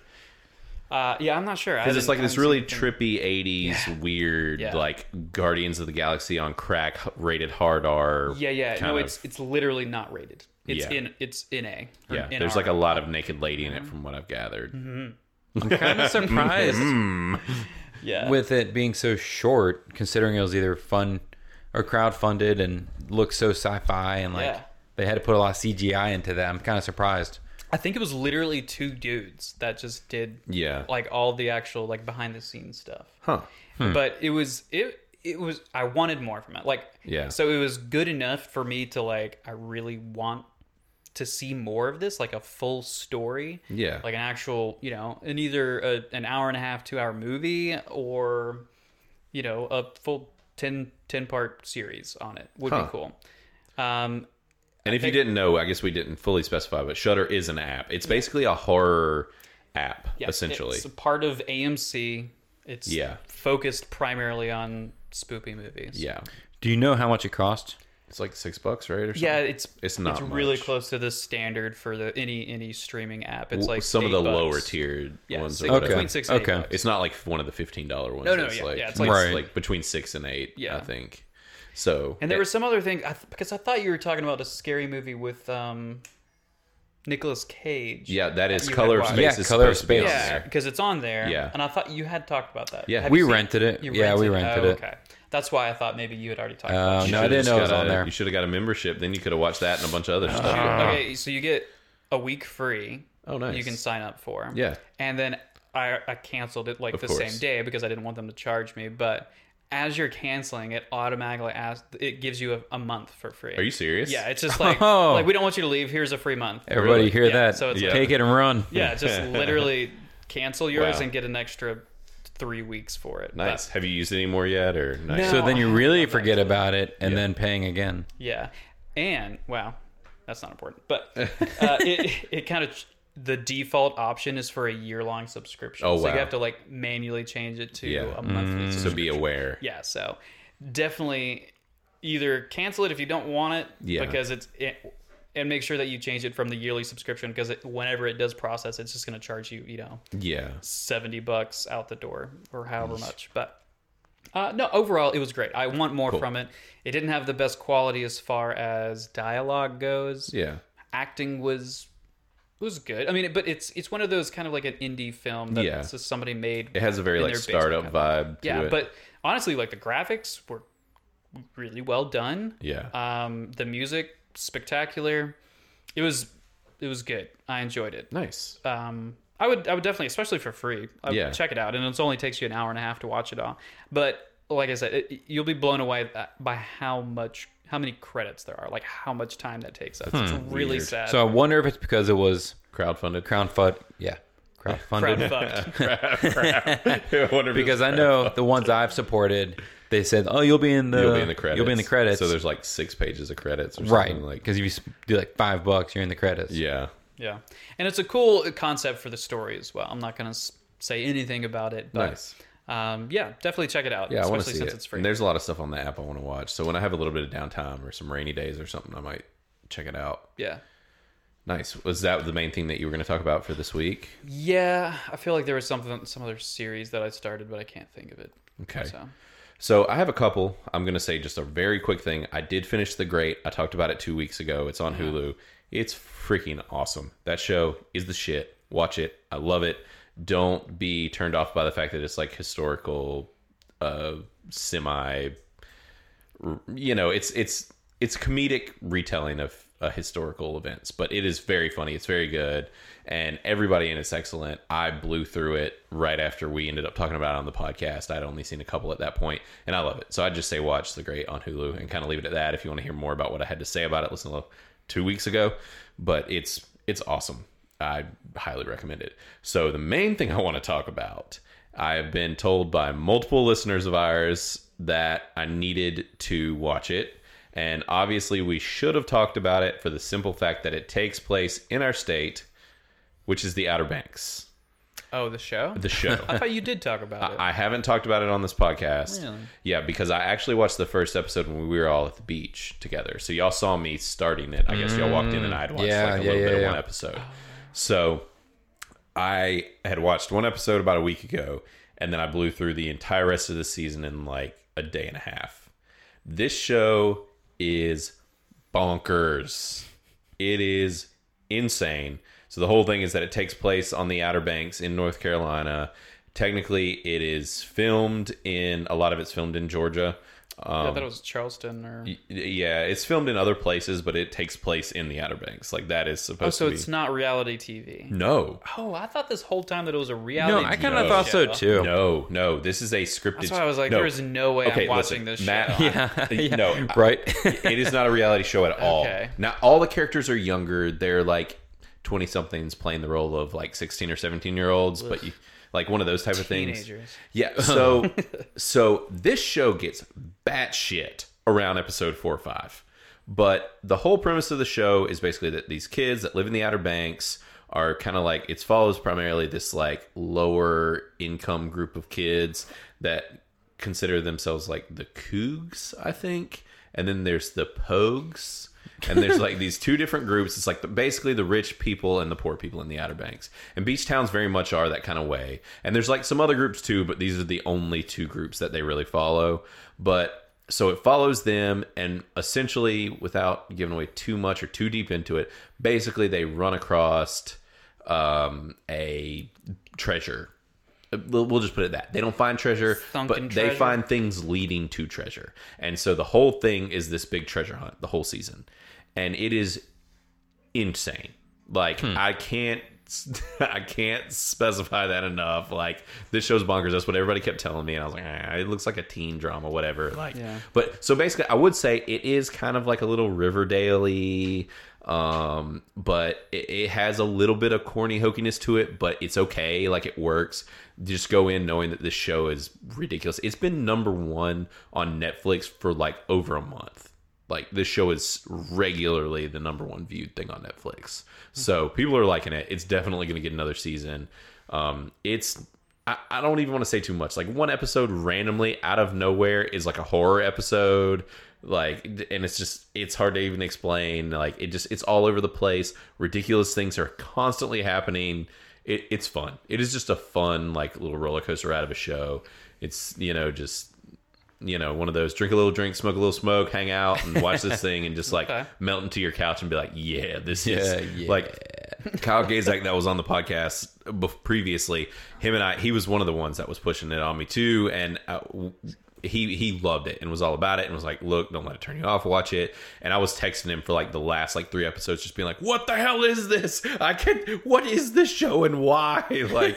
Uh, yeah, I'm not sure.
Because it's like this really trippy '80s weird,
Yeah.
like Guardians of the Galaxy on crack, h- rated hard R.
Yeah, yeah.
kind
No,
of-
it's it's literally not rated. It's
Yeah.
in it's in A. or
yeah.
in
There's
R. Mm-hmm.
like a lot of naked lady in it, from what I've gathered.
I'm
(laughs)
kind
Mm-hmm.
of surprised
Mm.
Yeah.
with it being so short, considering it was either fun or crowdfunded and looked so sci-fi and like
Yeah.
they had to put a lot of CGI into that. I'm kind of surprised.
I think it was literally two dudes that just did
Yeah.
like all the actual like behind the scenes stuff.
Huh.
But it was it it was I wanted more from it. Like
Yeah.
So it was good enough for me to like I really want to see more of this, like a full story.
Yeah.
Like an actual, you know, an either a, an hour and a half, two hour movie or you know, a full 10, 10 part series on it would
Huh.
be cool. Um,
And if you didn't know, I guess we didn't fully specify, but Shutter is an app. It's basically a horror app,
Yeah,
essentially.
It's a part of AMC. It's
Yeah.
focused primarily on spoopy movies.
Yeah.
Do you know how much it cost?
It's like six bucks, right? Or something?
Yeah, it's
It's not
it's really
much.
close to the standard for the any any streaming app. It's
W-
like
some of the
eight bucks.
lower tiered
yeah,
ones.
six-
or whatever.
Okay.
between six and
Okay.
eight bucks.
It's not like one of the fifteen dollar ones.
No, no,
it's
yeah,
like,
yeah, it's
it's
like-
like,
Right.
between six and eight.
Yeah.
I think. So
And there was some other thing I th- because I thought you were talking about a scary movie with um, Nicolas Cage.
yeah, that is
you had
color of
watched.
space.
Yeah,
is
Color of
supposed to be on
Space.
yeah,
there.
because it's on there.
Yeah.
and I thought you had talked about that.
Yeah.
Have
We
you seen-
rented it.
you
Yeah, we rented
oh,
it.
Okay, that's why I thought maybe you had already talked
Uh,
about. it.
no,
You
I
should've
didn't
just
know it was
got
on
a-
there. Oh.
You should have got a membership. Then you could have watched that and a bunch of other stuff.
okay, so you get a week free.
Uh, Oh, nice.
You can sign up for.
Yeah.
And then I, I canceled it like
Of
the
course.
same day because I didn't want them to charge me. But as you're canceling, it automatically asks. It gives you a, a month for free.
Are you serious?
Yeah.
(laughs)
It's just like
Oh.
like we don't want you to leave. Here's a free month.
Everybody
Really?
hear
Yeah,
that?
so it's
like-
Take it and run.
(laughs)
Yeah. Just literally cancel yours
Wow.
and get an extra three weeks for it. But,
Nice. Have you used it anymore yet? Or nice.
So then you really forget about it and then paying again.
yeah. And wow, that's not important.
(laughs)
But uh, it it kind of. The default option is for a year long subscription.
Oh,
So you
wow.
have to like manually change it to
Yeah.
a
Mm.
monthly subscription.
so be aware.
yeah so definitely either cancel it if you don't want it
Yeah.
because it's it, and make sure that you change it from the yearly subscription because it, whenever it does process it's just going to charge you you know
Yeah.
70 bucks out the door or however much but uh, no overall it was great i want more from it it didn't have the best quality as far as dialogue goes
Yeah.
acting was was good i mean but it's it's one of those kind of like an indie film that
Yeah.
it's just somebody made
It has a very
in
like
their basement
startup
kind
vibe. To
yeah
it.
but honestly like the graphics were really well done
yeah.
um the music spectacular it was it was good i enjoyed it
nice.
um i would i would definitely especially for free I would
Yeah.
check it out and it only takes you an hour and a half to watch it all but like i said it, you'll be blown away uh, by how much how many credits there are like how much time that takes up it's really
Hmm, Weird.
sad
So I wonder if it's because it was
Crowdfunded.
crowdfund. Yeah,
Crowd
crowdfunded.
(laughs)
fucked.
(laughs) I wonder if it's
because I know the ones I've supported, they said, "Oh, you'll be in the
You'll be in the credits.
You'll be in the credits."
So there's like six pages of credits, or
right,
Something
like
like
because if you s- do like five bucks, you're in the credits.
yeah,
yeah and it's a cool concept for the story as well i'm not gonna s- say anything about it but
nice.
Um, yeah, definitely check it out.
Yeah, I want to
especially
see
since
it.
it's free.
And there's a lot of stuff on the app I want to watch. So when I have a little bit of downtime or some rainy days or something, I might check it out.
yeah,
Nice. Was that the main thing that you were going to talk about for this week?
yeah. I feel like there was something, some other series that I started, but I can't think of it.
Okay.
So
So I have a couple. I'm going to say just a very quick thing. I did finish The Great. I talked about it two weeks ago. It's on Hulu. It's freaking awesome. That show is the shit. Watch it. I love it. Don't be turned off by the fact that it's like historical, uh, semi. You know, it's it's it's comedic retelling of uh, historical events, but it is very funny. It's very good, and everybody in it's excellent. I blew through it right after we ended up talking about it on the podcast. I'd only seen a couple at that point, and I love it. So I'd just say watch The Great on Hulu and kind of leave it at that. If you want to hear more about what I had to say about it, listen to two weeks ago. But it's it's awesome. I highly recommend it. So the main thing I want to talk about, I have been told by multiple listeners of ours that I needed to watch it. And obviously, we should have talked about it for the simple fact that it takes place in our state, which is the Outer Banks,
oh,
(laughs)
the show.
the show.
I thought you did talk about it.
I haven't talked about it on this podcast.
Really?
Yeah, because I actually watched the first episode when we were all at the beach together. So y'all saw me starting it. I guess y'all walked in and I'd watched
Yeah,
like a
yeah,
little
yeah,
bit of
yeah.
one episode. So I had watched one episode about a week ago, and then I blew through the entire rest of the season in like a day and a half. This show is bonkers. It is insane. So the whole thing is that it takes place on the Outer Banks in North Carolina. Technically, it is filmed in a lot of it's filmed in Georgia.
I thought it was Charleston or.
Um, Y- Yeah, it's filmed in other places, but it takes place in the Outer Banks. Like that is supposed
Oh, so
to be.
it's not reality TV.
no,
Oh, I thought this whole time that it was a
No,
reality.
I
TV
kind of thought so
show.
too.
no, no. This is a scripted.
That's why I was like,
no.
there is no way
Okay,
I'm watching
listen,
this
Matt- (laughs)
show. (laughs)
Yeah.
Yeah. No, I-
right.
(laughs) it is not a reality show at all.
Okay.
Now all the characters are younger. They're like twenty somethings playing the role of like sixteen or seventeen year olds, but you, like one of those type of things.
Teenagers.
Yeah. So so this show gets batshit around episode four or five. But the whole premise of the show is basically that these kids that live in the Outer Banks are kind of like it follows primarily this like lower income group of kids that consider themselves like the Cougs, I think. And then there's the Pogues. And there's like these two different groups. It's like the, basically the rich people and the poor people in the Outer Banks. And beach towns very much are that kind of way. And there's like some other groups too, but these are the only two groups that they really follow. But so it follows them. And essentially, without giving away too much or too deep into it, basically they run across um, a treasure we'll, we'll just put it that they don't find treasure
Sunken
but they
treasure.
find things leading to treasure and so the whole thing is this big treasure hunt the whole season and it is insane like i can't (laughs) i can't specify that enough like this show's bonkers that's what everybody kept telling me and i was like "Ah, it looks like a teen drama whatever like
Yeah.
but so basically i would say it is kind of like a little riverdale um but it, it has a little bit of corny hokiness to it but it's okay like it works just go in knowing that this show is ridiculous it's been number one on netflix for like over a month like this show is regularly the number one viewed thing on Netflix. So people are liking it. It's definitely going to get another season. Um, it's I, I don't even want to say too much. Like one episode randomly out of nowhere is like a horror episode. Like and it's just it's hard to even explain. Like it just it's all over the place. Ridiculous things are constantly happening. It, it's fun. It is just a fun like little roller coaster ride of a show. It's you know just you know, one of those drink a little drink, smoke a little smoke, hang out and watch
(laughs)
this thing and just like
Okay.
melt into your couch and be like, yeah, this
Yeah,
is
yeah.
like Kyle Gazak that was on the podcast bef- previously. Him and I, he was one of the ones that was pushing it on me too. And uh, w- he, he loved it and was all about it and was like, look, don't let it turn you off. Watch it. And I was texting him for like the last like three episodes, just being like, what the hell is this? I can't, what is this show and why? (laughs)
(laughs)
Like,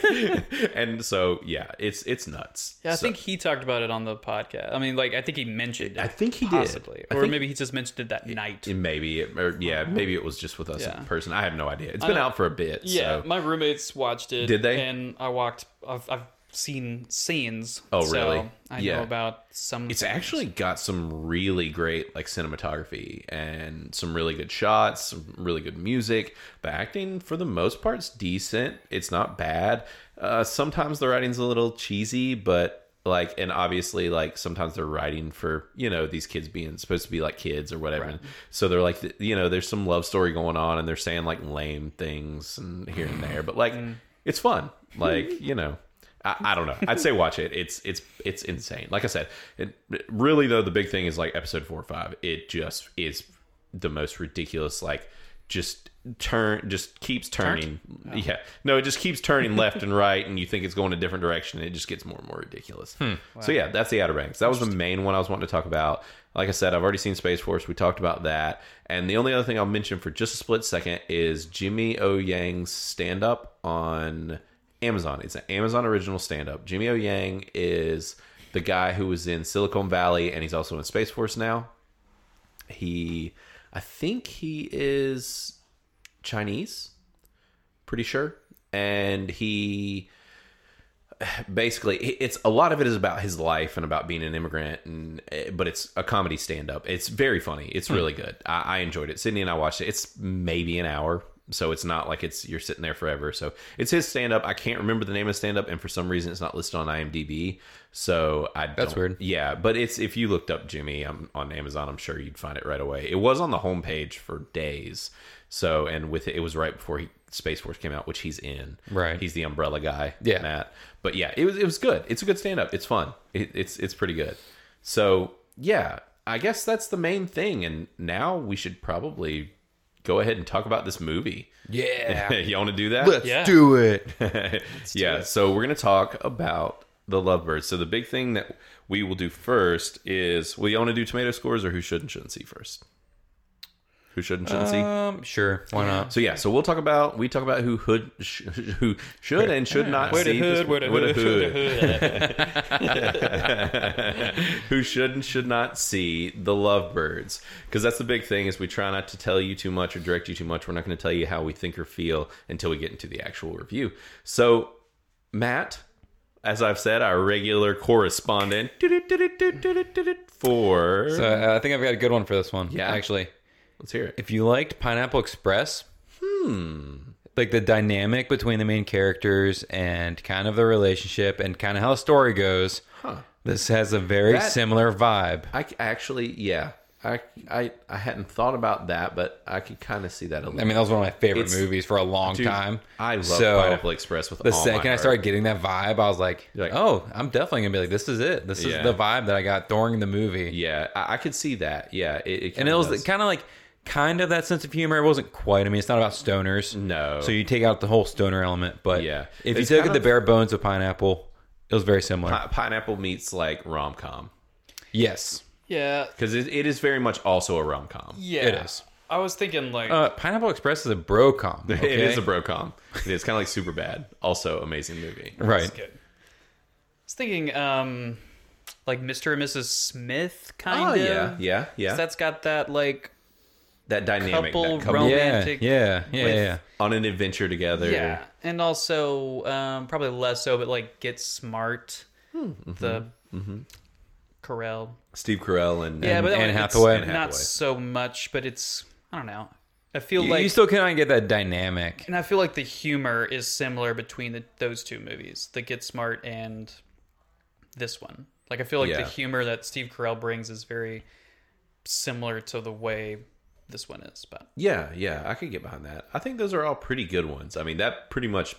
and so, yeah, it's, it's nuts.
Yeah, I
So-
think he talked about it on the podcast. I mean, like, I think he mentioned it.
I think he did.
possibly.
I
Or
think-
maybe he just mentioned it that night. Uh-huh.
It maybe it, or yeah maybe it was just with us
Yeah.
in person i have no idea it's been out for a bit
yeah,
so
my roommates watched it.
Did they?
And I walked, I've, I've seen scenes.
Oh,
so
really?
I
Yeah.
know about some.
it's actually got some really great like cinematography and some really good shots some really good music the acting for the most part's decent it's not bad uh, sometimes the writing's a little cheesy but like and obviously like sometimes they're writing for you know these kids being supposed to be like kids or whatever so they're like th- you know there's some love story going on and they're saying like lame things and here and there but like it's fun like you know I, I don't know. I'd say watch it. It's it's it's insane. Like I said, it, really though the big thing is like episode four or five. It just is the most ridiculous. Like just turn, just keeps turning. Yeah, no, it just keeps turning left and right, and you think it's going a different direction. And it just gets more and more ridiculous. So yeah, that's the Outer Banks. That was the main one I was wanting to talk about. Like I said, I've already seen Space Force. We talked about that, and the only other thing I'll mention for just a split second is Jimmy O Yang's stand up on. Amazon. It's an Amazon original stand up. Jimmy O Yang is the guy who was in Silicon Valley and he's also in Space Force now. He, I think he is Chinese, pretty sure. And he basically it's a lot of it is about his life and about being an immigrant and eh, but it's a comedy stand-up it's very funny it's
Hmm.
really good I, I enjoyed it sydney and i watched it it's maybe an hour so it's not like it's you're sitting there forever so it's his stand-up i can't remember the name of stand-up and for some reason it's not listed on imdb so i
That's
don't-
weird.
yeah but it's if you looked up jimmy um on amazon i'm sure you'd find it right away it was on the homepage for days so and with it, it was right before he space force came out which he's in
Right.
he's the umbrella guy Matt
Yeah.
that. But yeah, it was it was good. It's a good stand up. It's fun. It, it's it's pretty good. So yeah, I guess that's the main thing. And now we should probably go ahead and talk about this movie. (laughs)
Yeah.
you want to do that?
Let's
Yeah.
do it.
yeah, so we're going to talk about the lovebirds. So the big thing that we will do first is we want to do tomato scores or who should and shouldn't see first. Who should and shouldn't see?
Um, sure. Why not?
So yeah, so we'll talk about we talk about who hood sh- who should and should not
Where the
see
hood, where the
what a
hood, where the hood.
who should and should not see the lovebirds because that's the big thing is we try not to tell you too much or direct you too much we're not going to tell you how we think or feel until we get into the actual review so matt as i've said our regular correspondent for
So uh, I think I've got a good one for this one.
Yeah.
Actually,
let's hear it
if you liked Pineapple Express, hmm, like the dynamic between the main characters and kind of the relationship and kind of how the story goes,
huh
this has a very
That-
similar vibe.
i c- actually yeah I, I i hadn't thought about that but i could kind of see that a little
I mean, that was one of my favorite
It's-
movies for a long
Dude,
time.
i love
So,
pineapple express with
The
all my
second I
heart.
started getting that vibe, I was like,
You're like-
"Oh, I'm definitely gonna be like, this is it. This
Yeah.
is the vibe that I got during the movie."
yeah i, I could see that yeah it, it
and
kinda
it was
does.
kind of like kind of that sense of humor. It wasn't quite. I mean, it's not about stoners.
No.
So you take out the whole stoner element, but
Yeah.
if
It's
you took
kind
the
of-
bare bones of pineapple, it was very similar.
Pi- pineapple meets like rom com
yes,
Yeah.
because it, it is very much also a rom com.
Yeah.
It is.
I was thinking like
uh, Pineapple Express is a bro com.
(laughs) It is a bro com. It is kind of like super bad. Also amazing movie.
right.
good. I was thinking um like Mr. and Mrs. Smith kind
Oh
of.
yeah, yeah, yeah.
That's got that like
that dynamic,
couple
that couple
rom-
Yeah, yeah,
Romantic
yeah, yeah,
with-
yeah.
on an adventure together.
yeah, and also um, probably less so, but like Get Smart,
Hmm.
the Corel.
Steve Carell Mm-hmm. and
Yeah, but that
Anne
one, it's
Hathaway.
not
Anne Hathaway.
so much. But it's I don't know. I feel
You-
like
you still cannot get that dynamic.
and I feel like the humor is similar between the, those two movies, the Get Smart and this one. Like I feel like
Yeah.
the humor that Steve Carell brings is very similar to the way this one is. But
yeah, yeah. I could get behind that. I think those are all pretty good ones. I mean, that pretty much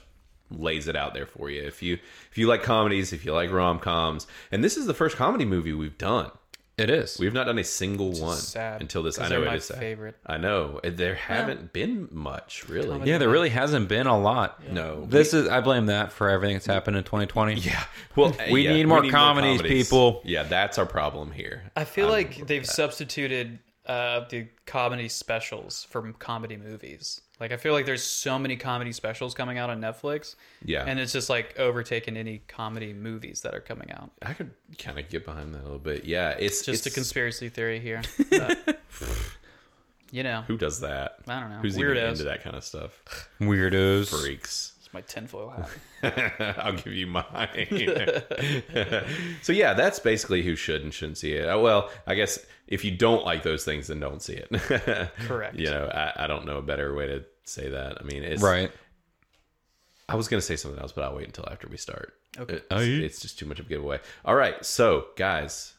lays it out there for you. If you if you like comedies, if you like rom coms, and this is the first comedy movie we've done.
It is.
We've not done a single one
sad,
until this. I
'cause
know
they're
it
my
is sad.
favorite.
I know there haven't been much really.
yeah, there really hasn't been a lot.
No.
This is. I blame that for everything that's happened in 2020.
Yeah. Well,
(laughs) We
yeah,
need more comedies, people.
Yeah, that's our problem here. Um,
I feel like they've substituted uh, the comedy specials for comedy movies. Like I feel like there's so many comedy specials coming out on Netflix.
Yeah.
and it's just like overtaken any comedy movies that are coming out.
I could kind of get behind that a little bit. Yeah, it's
Just
it's-
a conspiracy theory here. but, (laughs) you know,
Who does that?
I don't know.
Who's even
Weirdos.
into that kind of
(sighs)
stuff?
Weirdos.
Freaks.
it's my tinfoil
(laughs)
hat.
I'll give you mine. (laughs) so yeah, that's basically who should and shouldn't see it. Uh, Well, I guess if you don't like those things, then don't see it. (laughs)
Correct.
You know, I, I don't know a better way to say that. I mean, it's
Right.
I was going to say something else, but I'll wait until after we start.
Okay.
It's, it's just too much of a giveaway. All right. So, guys,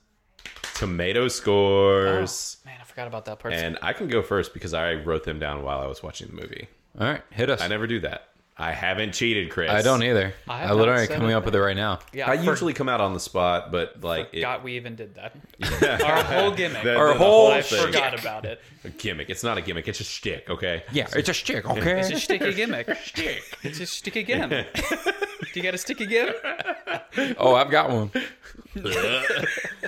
tomato scores.
Oh, Man, I forgot about that part.
And I can go first because I wrote them down while I was watching the movie.
All right. Hit us.
I never do that. I haven't cheated, Chris.
I don't either.
I
I,
have
am literally
not said
coming up with it right now.
yeah,
I
for-
usually come out on the spot, but like it,
forgot we even did
(laughs)
that. Our whole gimmick.
the-
Our
the
whole
I
thing.
forgot about it.
a gimmick. It's not a gimmick. It's a shtick. Okay.
Yeah, it's a
(laughs)
shtick, okay?
It's a sticky gimmick. It's a sticky gimmick. (laughs) Do you got a sticky gimmick?
oh, I've got one.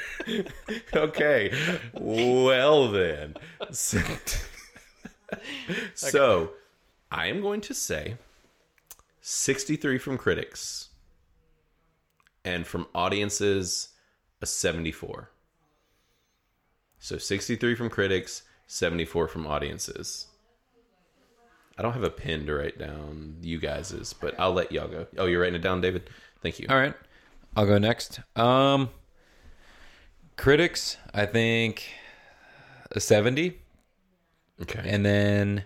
(laughs) okay. Well then. So, so I am going to say 63 from critics and from audiences a 74. So 63 from critics, 74 from audiences. I don't have a pen to write down you guys's, but I'll let y'all go. Oh, you're writing it down, David? Thank you.
All right. I'll go next. Um critics, I think a 70
Okay.
and then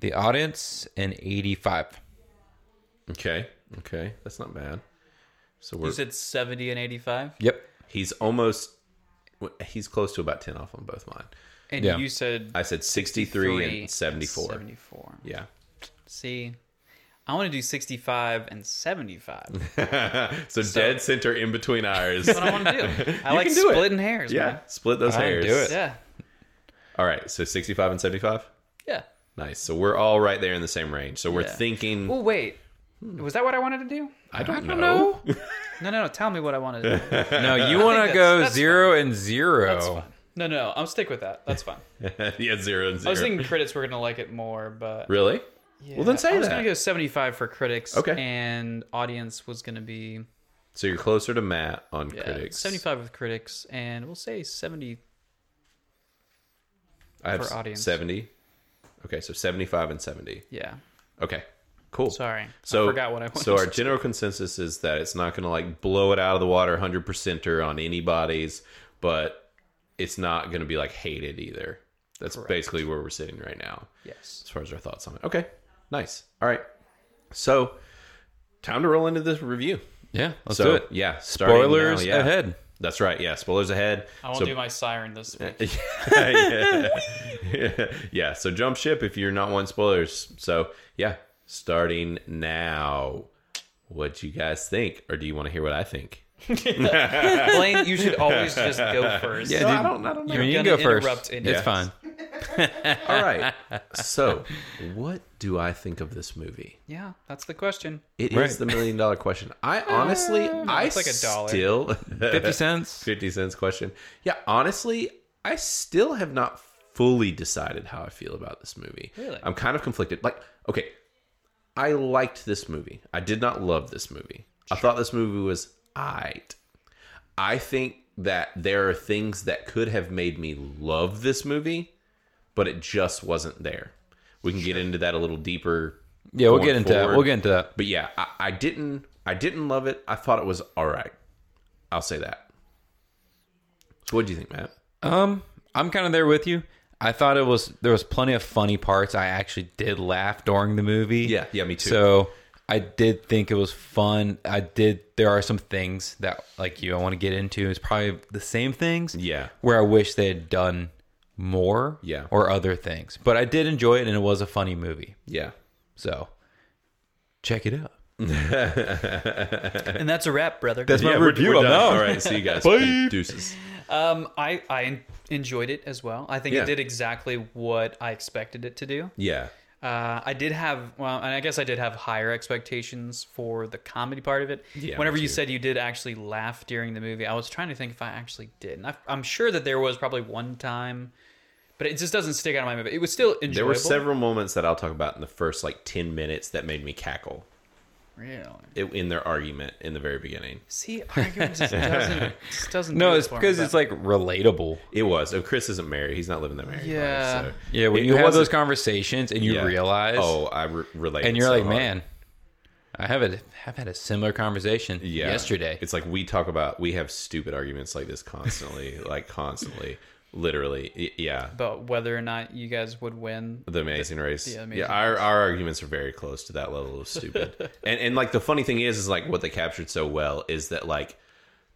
the audience an 85.
Okay. Okay. That's not bad. So we're
You said 70 and 85? (laughs)
Yep.
he's almost he's close to about 10 off on both mine.
And
Yeah.
you said
I said 63 and 74.
74.
Yeah. (laughs)
See, I want to do 65 and 75.
So, dead center in between ours.
(laughs) That's what I want
(laughs)
to do. I
You
like
can do it.
splitting hairs,
yeah.
man.
Split those
Fine,
hairs.
do it.
Yeah.
All right. So 65 and 75.
Yeah.
Nice. So we're all right there in the same range. So we're
Yeah.
thinking.
Oh wait, was that what I wanted to do?
I don't,
I don't
know.
No, no, no. Tell me what I wanted to do.
No, you want
that's-
to go
that's
zero and zero.
That's fine. No, no, no. I'll stick with that. That's fine.
(laughs) yeah, zero and zero.
I was thinking critics were gonna like it more, but
really? Well, then
Yeah,
say
I was
that.
gonna go seventy-five for critics.
Okay.
And audience was gonna be
So you're closer to Matt on
yeah,
critics.
seventy-five with critics, and we'll say seventy.
I have
for
s-
audience.
Seventy. Okay, so seventy-five and seventy.
Yeah.
Okay, cool.
Sorry.
So
I forgot what I wanted.
So our
to-
general consensus is that it's not going to like blow it out of the water, hundred percenter on anybody's, but it's not going to be like hated either. That's basically where we're sitting right now.
yes.
as far as our thoughts on it. Okay, nice. All right, so time to roll into this review.
Yeah, let's
so
do it.
yeah, starting now,
Spoilers
yeah.
ahead.
That's right. Yeah, spoilers ahead.
I won't
So-
do my siren this week.
(laughs) yeah. (laughs) yeah. So jump ship if you're not one spoilers. So yeah, starting now. What you guys think, or do you want to hear what I think?
Blaine, you should always
(laughs)
just go first.
Yeah, I don't. I don't
I mean, you
You're
can go
gonna
first.
interrupt
It's
anyway. (laughs)
fine.
All right. (laughs) So, what do I think of this movie?
Yeah, that's
(laughs)
the question.
It is
Right.
the million dollar question. I honestly, I
it's like a dollar.
still
Fifty cents.
50 cents question. Yeah, honestly, I still have not fully decided how I feel about this movie.
Really?
I'm kind of conflicted. Like, okay, I liked this movie. I did not love this movie. I thought this movie was aight. I think that there are things that could have made me love this movie, but it just wasn't there. We can get into that a little deeper.
Yeah, we'll
going
get into that.
forward.
We'll get into that.
But yeah, I, I didn't I didn't love it. I thought it was all right. I'll say that. So what do you think, Matt?
Um, I'm kind of there with you. I thought it was there was plenty of funny parts. I actually did laugh during the movie.
Yeah, yeah, me too.
So I did think it was fun. I did. There are some things that, like you, I want to get into. It's probably the same things.
Yeah.
Where I wish they had done more.
Yeah.
Or other things, but I did enjoy it, and it was a funny movie.
Yeah.
So check it out.
And that's a wrap, brother.
That's my
yeah,
review.
We're, we're
I'm
done.
out.
All (laughs) right, see you guys.
Bye.
Deuces.
Um, I I enjoyed it as well. I think
Yeah.
it did exactly what I expected it to do.
Yeah.
Uh, I did have well, and I guess I did have higher expectations for the comedy part of it.
Yeah, me
Whenever
too.
you said you did actually laugh during the movie, I was trying to think if I actually did. And I, I'm sure that there was probably one time, but it just doesn't stick out of my memory. It was still enjoyable.
There were several moments that I'll talk about in the first like 10 minutes that made me cackle
Really?
it, in their argument in the very beginning.
See,
(laughs)
arguments just doesn't just doesn't.
No,
do it
it's
for me,
because
but-
it's like relatable.
It was. Oh, Chris isn't married. He's not living that married
Yeah.
life. So
Yeah, when
It-
you
it
have those
wasn't-
conversations and you
yeah.
realize,
Oh, I re- relate.
and you're
so
like,
hard.
man, I have a have had a similar conversation
yeah.
yesterday.
It's like we talk about we have stupid arguments like this constantly, (laughs) like constantly, literally. Y- Yeah,
about whether or not you guys would win.
the Amazing Race.
the Amazing
yeah, our, our arguments are very close to that level of stupid. and and like the funny thing is, is like what they captured so well is that like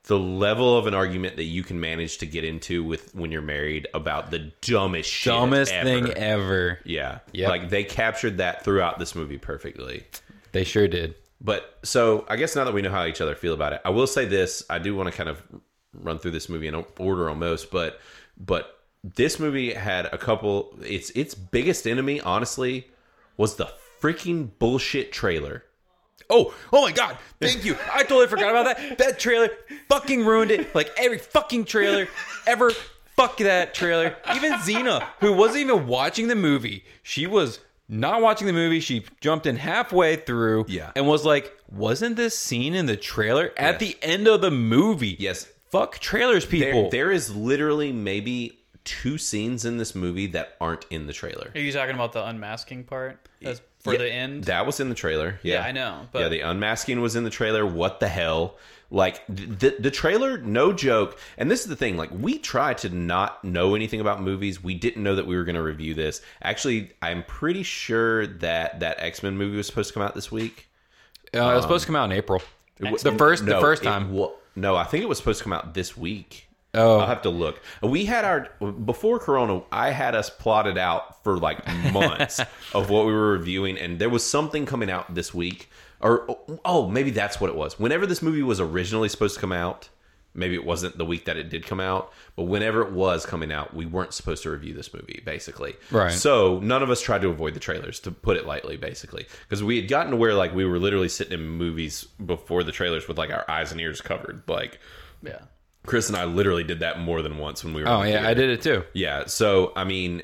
the level of an argument that you can manage to get into with when you're married about the dumbest shit
Dumbest
ever.
thing ever.
Yeah,
Yep.
Like they captured that throughout this movie perfectly.
They sure did.
But so I guess now that we know how each other feel about it, I will say this: I do want to kind of run through this movie in order almost, but but this movie had a couple. Its its biggest enemy, honestly, was the freaking bullshit trailer.
Oh, oh my God! Thank you. I totally forgot about (laughs) that. That trailer fucking ruined it. Like every fucking trailer ever. Fuck that trailer. Even Xena, who wasn't even watching the movie, she was not watching the movie. She jumped in halfway through
Yeah.
and was like, "Wasn't this scene in the trailer
Yes.
at the end of the movie?"
Yes.
Fuck trailers, people.
There, there is literally maybe two scenes in this movie that aren't in the trailer.
Are you talking about the unmasking part? That's for
Yeah,
the end.
That was in the trailer. Yeah,
Yeah, I know, but-
yeah, the unmasking was in the trailer. What the hell? Like th- the the trailer, no joke. And this is the thing. Like we try to not know anything about movies. We didn't know that we were going to review this. Actually, I'm pretty sure that that X Men movie was supposed to come out this week.
Uh, it was supposed to come out in April. The first, the
No,
first
it
time.
wa- no, I think it was supposed to come out this week.
Oh.
I'll have to look. We had our before Corona. I had us plotted out for like
(laughs)
months of what we were reviewing, and there was something coming out this week, or oh, maybe that's what it was. Whenever this movie was originally supposed to come out, Maybe it wasn't the week that it did come out, but whenever it was coming out, we weren't supposed to review this movie, basically.
Right.
So none of us tried to avoid the trailers, to put it lightly, basically, because we had gotten to where like we were literally sitting in movies before the trailers with like our eyes and ears covered. Like
Yeah.
Chris and I literally did that more than once when we were. in
Oh
the
yeah,
theater.
I did it too.
Yeah. So, I mean,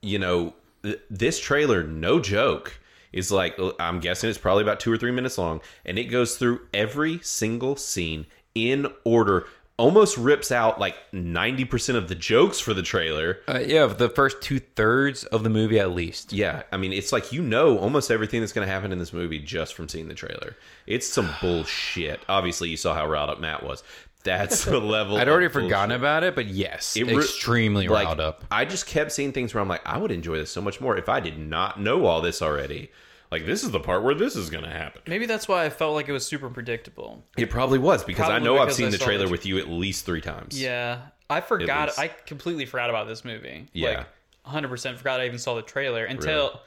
you know, th- this trailer, no joke, is like, I'm guessing it's probably about two or three minutes long, and it goes through every single scene in order, almost rips out like 90% of the jokes for the trailer.
Uh, yeah, the first two thirds of the movie at least.
Yeah, I mean, it's like you know almost everything that's going to happen in this movie just from seeing the trailer. It's
(sighs)
some bullshit. Obviously, you saw how riled up Matt was. That's
(laughs)
the level.
I'd already
of bullshit.
forgotten about it, but yes,
It re-
extremely
like,
riled up.
I just kept seeing things where I'm like, I would enjoy this so much more if I did not know all this already. Like this is the part where this is going to happen.
Maybe that's why I felt like it was super predictable.
It probably was because I
Probably
know I've
because
seen
I
the
saw
trailer
the-
with you at least three times.
Yeah. I forgot.
least.
I completely forgot about this movie.
Yeah.
Like, 100% forgot I even saw the trailer until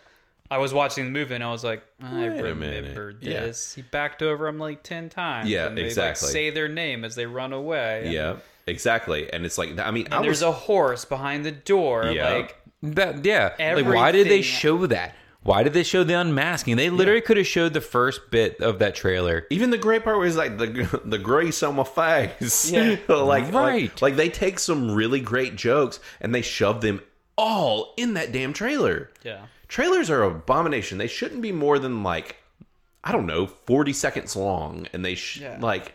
I was watching the movie and I was like, I
Wait a
remember
minute. Yeah.
this. He backed over him like 10 times.
Yeah,
and they, like,
exactly.
say their name as they run away.
yeah, exactly. And it's like I mean, I
And there's
was
a horse behind the door.
Yeah.
Like,
That yeah, like why did they
Everything-
show that? Why did they show the unmasking? They literally could have showed the first bit of that trailer.
even the great part was like the (laughs) the grace on my
(laughs)
face.
Yeah.
(laughs) like, like
Right.
like they take some really great jokes and they shove them all in that damn trailer.
yeah.
trailers are an abomination. They shouldn't be more than like I don't know, 40 seconds long and they sh-
Yeah.
like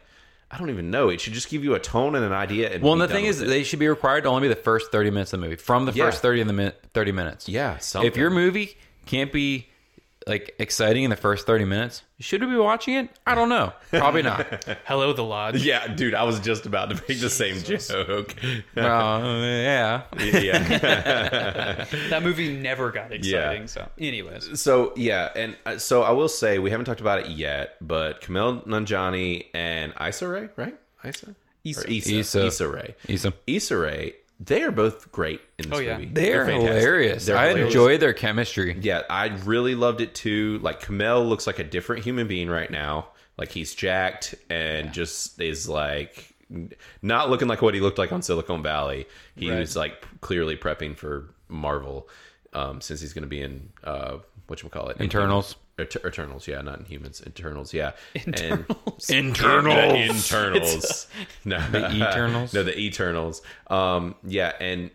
I don't even know. It should just give you a tone and an idea and
Well, and
be
the
done
thing
with
is,
it.
they should be required to only be the first thirty minutes of the movie. From the
Yeah.
first thirty of the min- thirty minutes,
yeah, something. (laughs)
If your movie can't be like exciting in the first thirty minutes, should we be watching it? I don't know. Probably not. (laughs)
Hello,
(laughs)
the lodge.
Yeah, dude, I was just about to make the same joke. (laughs)
well, yeah.
yeah.
That movie never got exciting.
Yeah.
So, anyways,
So, yeah, and uh, so I will say we haven't talked about it yet, but Kamel Nanjani and Issa Rae, right? Issa?
Issa.
Or Issa.
Issa.
Issa Rae.
Issa.
Issa Rae, they are both great in this
Oh, yeah.
movie.
They're,
fantastic.
hilarious.
They're
I
hilarious.
enjoy their chemistry.
Yeah, I really loved it too. Like Kamel looks like a different human being right now. Like he's jacked and just is like n- not looking like what he looked like on Silicon Valley. He was like clearly prepping for Marvel um, since he's going to be in uh, what you call it
Internals.
Eternals, yeah, not in humans. Eternals, yeah. Internals.
Internal.
The internals. no, the
Eternals?
no, the Eternals. Um, yeah, and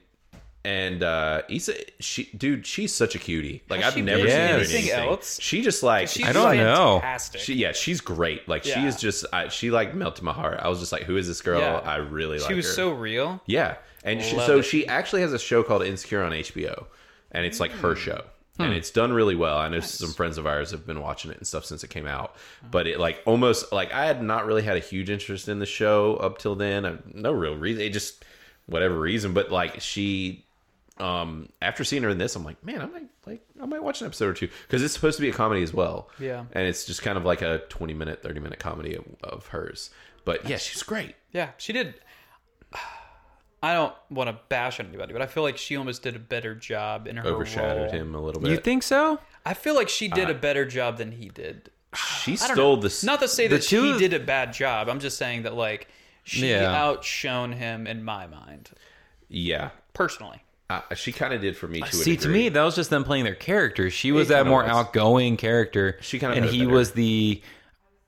and uh, Issa, she, dude, she's such a cutie. Like
Has
I've
she
never
been
seen
in
her in
anything
anything
else?
She just like
she's
I
don't know.
fantastic.
she, yeah, she's great. Like she
Yeah.
is just I, she like melted my heart. I was just like, who is this girl?
Yeah.
I really like.
she was
her.
so real.
Yeah, and she,
Love
so
it.
she actually has a show called Insecure on HBO, and it's like her show,
Hmm.
and it's done really well. I know some friends of ours have been watching it and stuff since it came out, but it like almost like I had not really had a huge interest in the show up till then. I, no real reason, it just whatever reason, but like she. Um, after seeing her in this, I'm like, man, I might like, I might watch an episode or two because it's supposed to be a comedy as well.
Yeah.
and it's just kind of like a 20 minute, 30 minute comedy of, of hers. But yeah, she's great.
Yeah, she did. (sighs) I don't want to bash anybody, but I feel like she almost did a better job in her
Overshadowed
role.
him a little bit.
You think so?
I feel like she did a better job than he did.
She
I don't
stole
know.
the s-
Not to say
the
that
two
she
of-
did a bad job. I'm just saying that like she
Yeah.
outshone him in my mind
yeah.
personally.
Uh, she kind of did for me too.
Uh, See, to me, that was just them playing their characters. She was that
kinda
more
was.
outgoing character.
She kinda
and
had it
he
better.
was the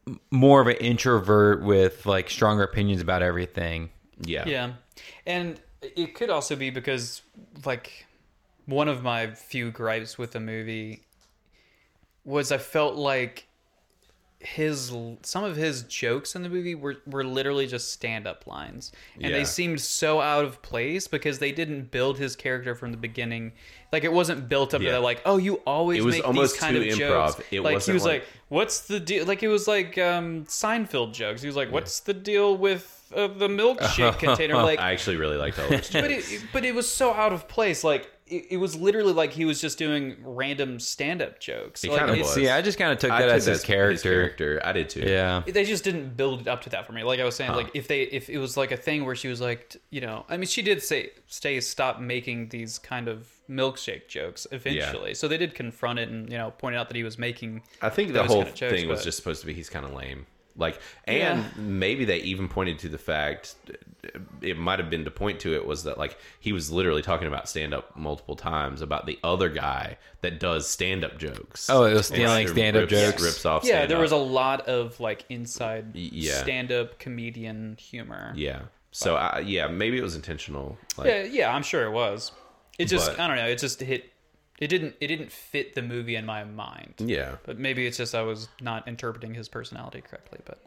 m- more of an introvert with like stronger opinions about everything.
yeah,
Yeah, and it could also be because like one of my few gripes with the movie was I felt like his some of his jokes in the movie were, were literally just stand up lines and
Yeah.
they seemed so out of place because they didn't build his character from the beginning like it wasn't built up
Yeah.
to that like oh you always
It was
make
almost
these kind
too
of
improv.
jokes
It
like he
wasn't
was
like-
like what's the deal like it was like um Seinfeld jokes he was like what's the deal with uh,
(laughs)
the milkshake container like
Oh, I actually really liked
(laughs)
all those.
but it, but it was so out of place. Like it, it was literally like he was just doing random stand-up jokes.
He
like,
kinda
it-
was.
See, I just kind of took
I
that
took
as
that
his character.
character. I did too.
Yeah.
They just didn't build it up to that for me. Like I was saying, like if they if it was like a thing where she was like, t- you know, I mean, she did say, "Stay, stop making these kind of milkshake jokes." Eventually, so they did confront it and you know point out that he was making.
I think the
Those
whole
kinda jokes,
thing was
but-
just supposed to be he's kind of lame. Like, and
Yeah.
maybe they even pointed to the fact uh, it might have been to point to it was that like he was literally talking about stand up multiple times about the other guy that does stand up jokes.
Oh, it was
And
stealing
rips-
stand-up jokes.
Rips off.
yeah, there
stand-up.
was a lot of like inside
Y- yeah.
stand-up comedian humor.
yeah. So I, yeah, maybe it was intentional. Like,
yeah, yeah, I'm sure it was. It just
But-
I don't know. It just hit. It didn't. It didn't fit the movie in my mind.
yeah,
But maybe it's just I was not interpreting his personality correctly. But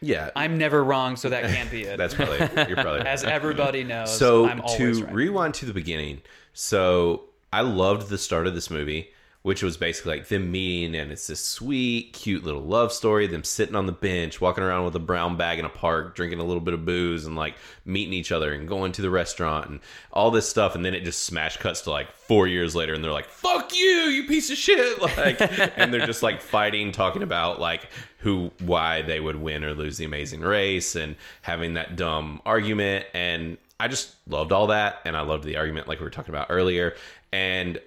yeah.
I'm never wrong, so that
(laughs)
can't be it.
That's probably you're probably (laughs)
as everybody knows.
so
I'm always
to
right.
rewind to the beginning so i loved the start of this movie which was basically like them meeting and it's this sweet cute little love story them sitting on the bench walking around with a brown bag in a park drinking a little bit of booze and like meeting each other and going to the restaurant and all this stuff and then it just smash cuts to like four years later and they're like fuck you you piece of shit (laughs) like and they're just like fighting talking about like who why they would win or lose the amazing race and having that dumb argument and I just loved all that, and I loved the argument like we were talking about earlier. And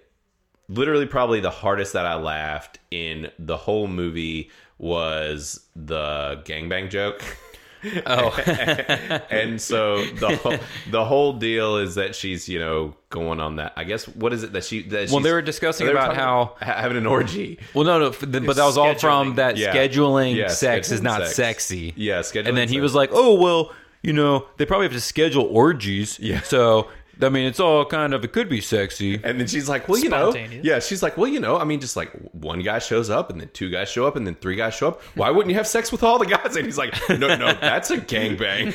literally, probably the hardest that I laughed in the whole movie was the gangbang joke. Oh, (laughs) and so the whole, the whole deal is that she's you know going on that. I guess what is it that she that
Well,
she's-
they were discussing
they were
about
talking
how-
ha- having an orgy.
Well, no, no, f- th- but that was all from
scheduling.
that
Yeah.
scheduling
Yeah,
sex is
scheduling
not
sex.
sexy.
Yeah, scheduling
And then he
sex.
was like, oh, well, you know, they probably have to schedule orgies.
Yeah.
So, I mean, it's all kind of, it could be sexy.
(laughs) And then she's like, well, you know,
Spontaneous.
yeah, she's like, well, you know, I mean, just like one guy shows up and then two guys show up and then three guys show up. Why wouldn't you have sex with all the guys? And he's like, no, no, that's a gangbang.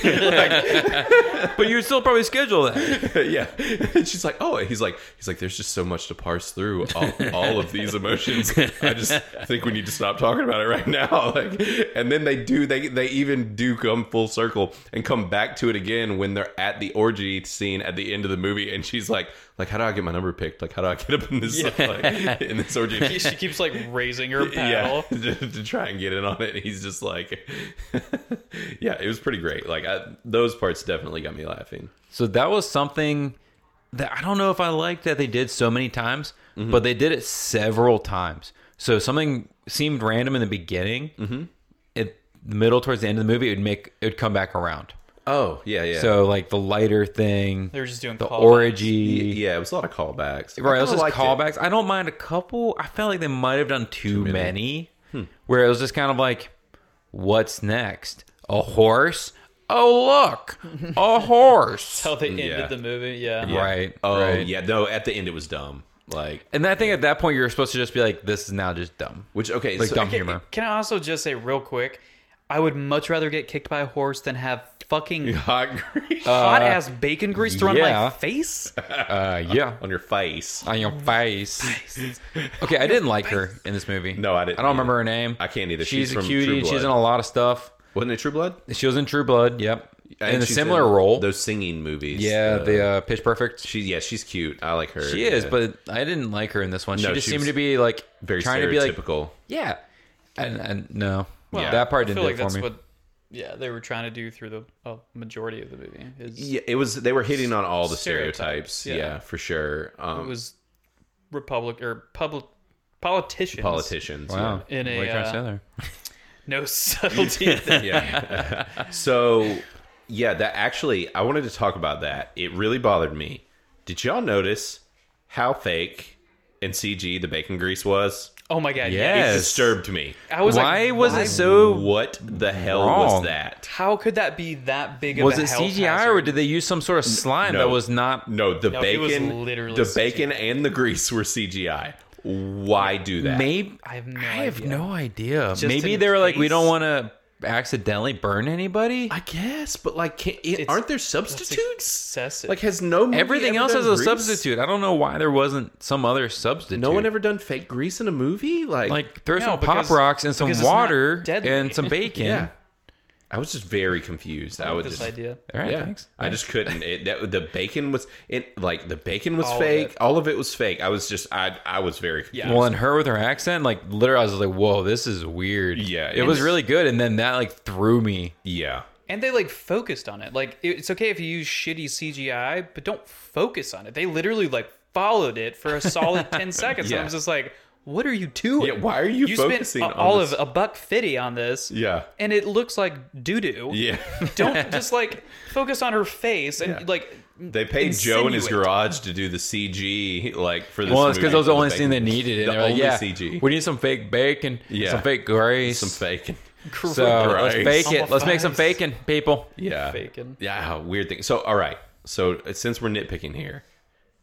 (laughs)
But you would still probably schedule that.
yeah. And she's like, oh, and he's like, he's like, there's just so much to parse through all, all of these emotions. I just think we need to stop talking about it right now. (laughs) Like, and then they do, they they even do come full circle and come back to it again when they're at the orgy scene at the end of the movie, and she's like, like, how do I get my number picked? Like, how do I get up in this (laughs) like, in this orgy?
(laughs) She- she keeps like raising her paddle.
(laughs) Yeah, to, to try and get in on it. He's just like, (laughs) yeah, it was pretty great. Like I, those parts definitely got me laughing.
So that was something that I don't know if I liked that they did so many times, but they did it several times. So something seemed random in the beginning. Mm-hmm. It the middle towards the end of the movie, it would make it would come back around.
Oh yeah, yeah.
So like the lighter thing,
They were just doing
the
callbacks.
orgy.
yeah, it was a lot of callbacks.
Right,
I
it was
kinda
just
liked it.
callbacks. I don't mind a couple. I felt like they might have done too, many,
Hmm.
where it was just kind of like, what's next? A horse? Oh look,
(laughs)
a horse.
How they ended
Mm, Yeah.
the movie. Yeah.
Yeah.
Right,
Oh
right.
yeah. No, at the end it was dumb. Like
And I think at that point you're supposed to just be like, this is now just
(laughs)
dumb.
which okay,
Like
so, (laughs)
dumb humor.
Can I also just say real quick? I would much rather get kicked by a horse than have fucking
hot grease
hot ass bacon grease thrown on
Uh, yeah.
my (laughs) face.
Uh, yeah.
on your face.
On your face. Okay, I didn't like her in this movie.
No, I didn't
I don't remember
either.
her name.
I can't either. She's
She's, a
from
cutie.
True
and She's
Blood.
in a lot of stuff.
Wasn't it True Blood?
She was in True Blood. Yep. in
And
a
she's
similar role.
those singing movies.
yeah,
uh,
the uh, Pitch Perfect.
she yeah, she's cute. I like her.
She is,
Yeah.
but I didn't like her in this one.
No,
she just
she
seemed
was
to be like
very
trying to be like,
stereotypical.
yeah, and, and no,
Well,
that part
I
didn't
feel
do
like
it for
that's
me.
what. Yeah, they were trying to do through the uh, majority of the movie. Is
yeah, it was they were hitting on all the
Stereotypes,
stereotypes. yeah.
yeah.
for sure. Um,
it was Republic or public politicians.
politicians.
wow, What
in a,
are you trying to
uh,
say there? (laughs)
No subtlety. there.
Yeah. yeah. so, yeah, that actually, I wanted to talk about that. It really bothered me. Did y'all notice how fake and CG the bacon grease was?
Oh my god.
It
Yes.
disturbed me.
I was
why
like,
was
why-
it so?
What the hell
Wrong.
was that?
How could that be that big of
Was
a
it
health
CGI or
hazard?
did they use some sort of slime
No.
that was not?
No, the
it
bacon,
was literally
the
CGI.
bacon and the grease were CGI. Why do that?
Maybe
I have no
I have
idea.
no idea. Maybe
in
they were like, we
case?
don't want to accidentally burn anybody.
I guess, but like, can, it, aren't there substitutes?
excessive.
Like, has no movie
Everything
ever
else
done
has a
grease?
substitute. I don't know why there wasn't some other substitute.
No one ever done fake grease in a movie. Like,
like throw
No,
some
because-
pop rocks and
because
some
it's not
water
deadly.
and some
(laughs)
bacon.
yeah. I was just very confused. I,
I
would
this
just
idea.
All right,
yeah.
thanks.
I just couldn't. It, that, the bacon was it like the bacon was
All of
fake.
it.
All of it was fake. I was just I I was very confused.
Well, and her with her accent, like literally, I was like, "Whoa, this is weird."
Yeah,
it was
it's-
really good, and then that like threw me.
yeah.
And they like focused on it. Like it- it's okay if you use shitty CGI,
(laughs)
but don't focus on it. They literally like followed it for a solid ten seconds. And
Yeah.
I was just like, what are you doing?
Yeah, why are you
you
focusing on
spent a- all
this?
of a buck fifty on this,
Yeah.
and it looks like doo doo. (laughs)
Yeah. (laughs)
Don't just like focus on her face and
Yeah.
like
They paid Joe in his
Insinuate.
garage to do the CG, like for this.
Well, it's
movie,
because that was
for
the only
fake
scene they
movie.
needed. And
The
they were like,
only
yeah,
CG.
We need some fake bacon,
Yeah.
some fake grease,
Some faking.
So
Gross.
let's bake it. Let's make some
Fries.
bacon, people.
(laughs) Yeah.
Faking.
Yeah, weird thing. So, all right. So, since we're nitpicking here,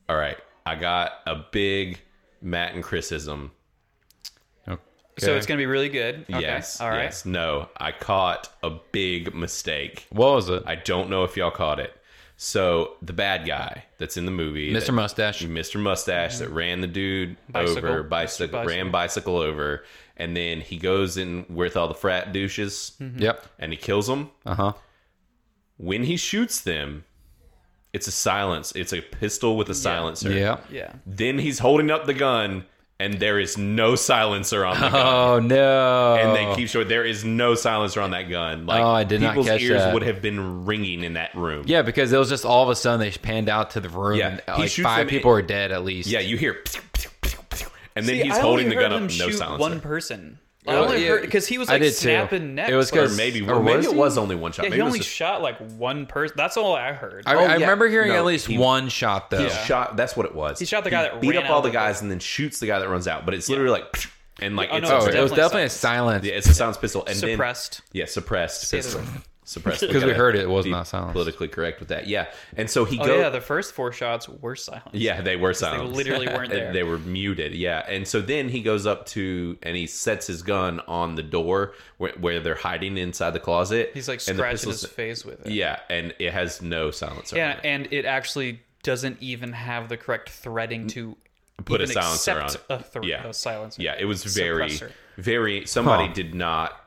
all right, I got a big Matt and criticism.
So it's gonna be really good. Okay.
Yes.
All right.
Yes. No, I caught a big mistake.
What was it?
I don't know if y'all caught it. So, the bad guy that's in the movie, that-
Mr. Mustache.
Mr. Mustache that ran the dude
Mm-hmm. Bicycle.
over, bicycle,
Bicycle.
ran bicycle over, and then he goes in with all the frat douches
Mm-hmm.
Yep.
and he kills them.
Uh huh.
When he shoots them, it's a silence. It's a pistol with a silencer.
Yeah.
Yeah.
Then he's holding up the gun, and there is no silencer
(laughs)
on the gun.
Oh no.
And they keep showing there is no silencer on that gun. Like
Oh, I did not
people's
catch
ears
that.
would have been ringing in that room.
yeah, because it was just all of a sudden they panned out to the room.
Yeah,
and,
he
like
shoots
five
them
people are dead at least.
yeah. You hear, and then
See,
he's
I only
holding the
heard
gun up.
him
No
shoot
silencer.
One person. I
Oh,
only
yeah.
heard because he was
I
like
did too.
snapping necks.
It was 'cause-
or maybe,
Or
or
was
maybe
he?
it was only one shot.
yeah,
maybe
he
it was
only
just-
shot like one person. That's all I heard.
I,
Oh,
I
yeah.
remember hearing
No,
at least
he-
one shot though.
He shot. That's what it was. He
shot the guy that
beat
ran
up all
out
the
of the-
guys and then shoots the guy that runs out. But it's literally like and like
Oh,
it's
no,
a,
Oh, it was
Definitely
definitely a silence.
yeah, it's a silence pistol and then-
Suppressed.
yeah, suppressed
the
pistol.
word.
Suppressed
(laughs) 'Cause we
gotta
heard it was
be
not silence.
Politically correct with that. Yeah, and so he
oh
goes.
yeah, the first four shots were silent.
yeah, they were
they
silent.
literally weren't there.
(laughs) they were muted. Yeah, and so then he goes up to and he sets his gun on the door where, where they're hiding inside the closet.
He's like
and the
scratching his
pistol's-
face with it.
Yeah, and it has no silencer.
Yeah, and it actually doesn't even have the correct threading to
Put a
even
silencer on
accept
it.
A, thr-
Yeah.
a silencer.
Yeah, it was very,
Suppressor.
very. Somebody
Huh.
did not.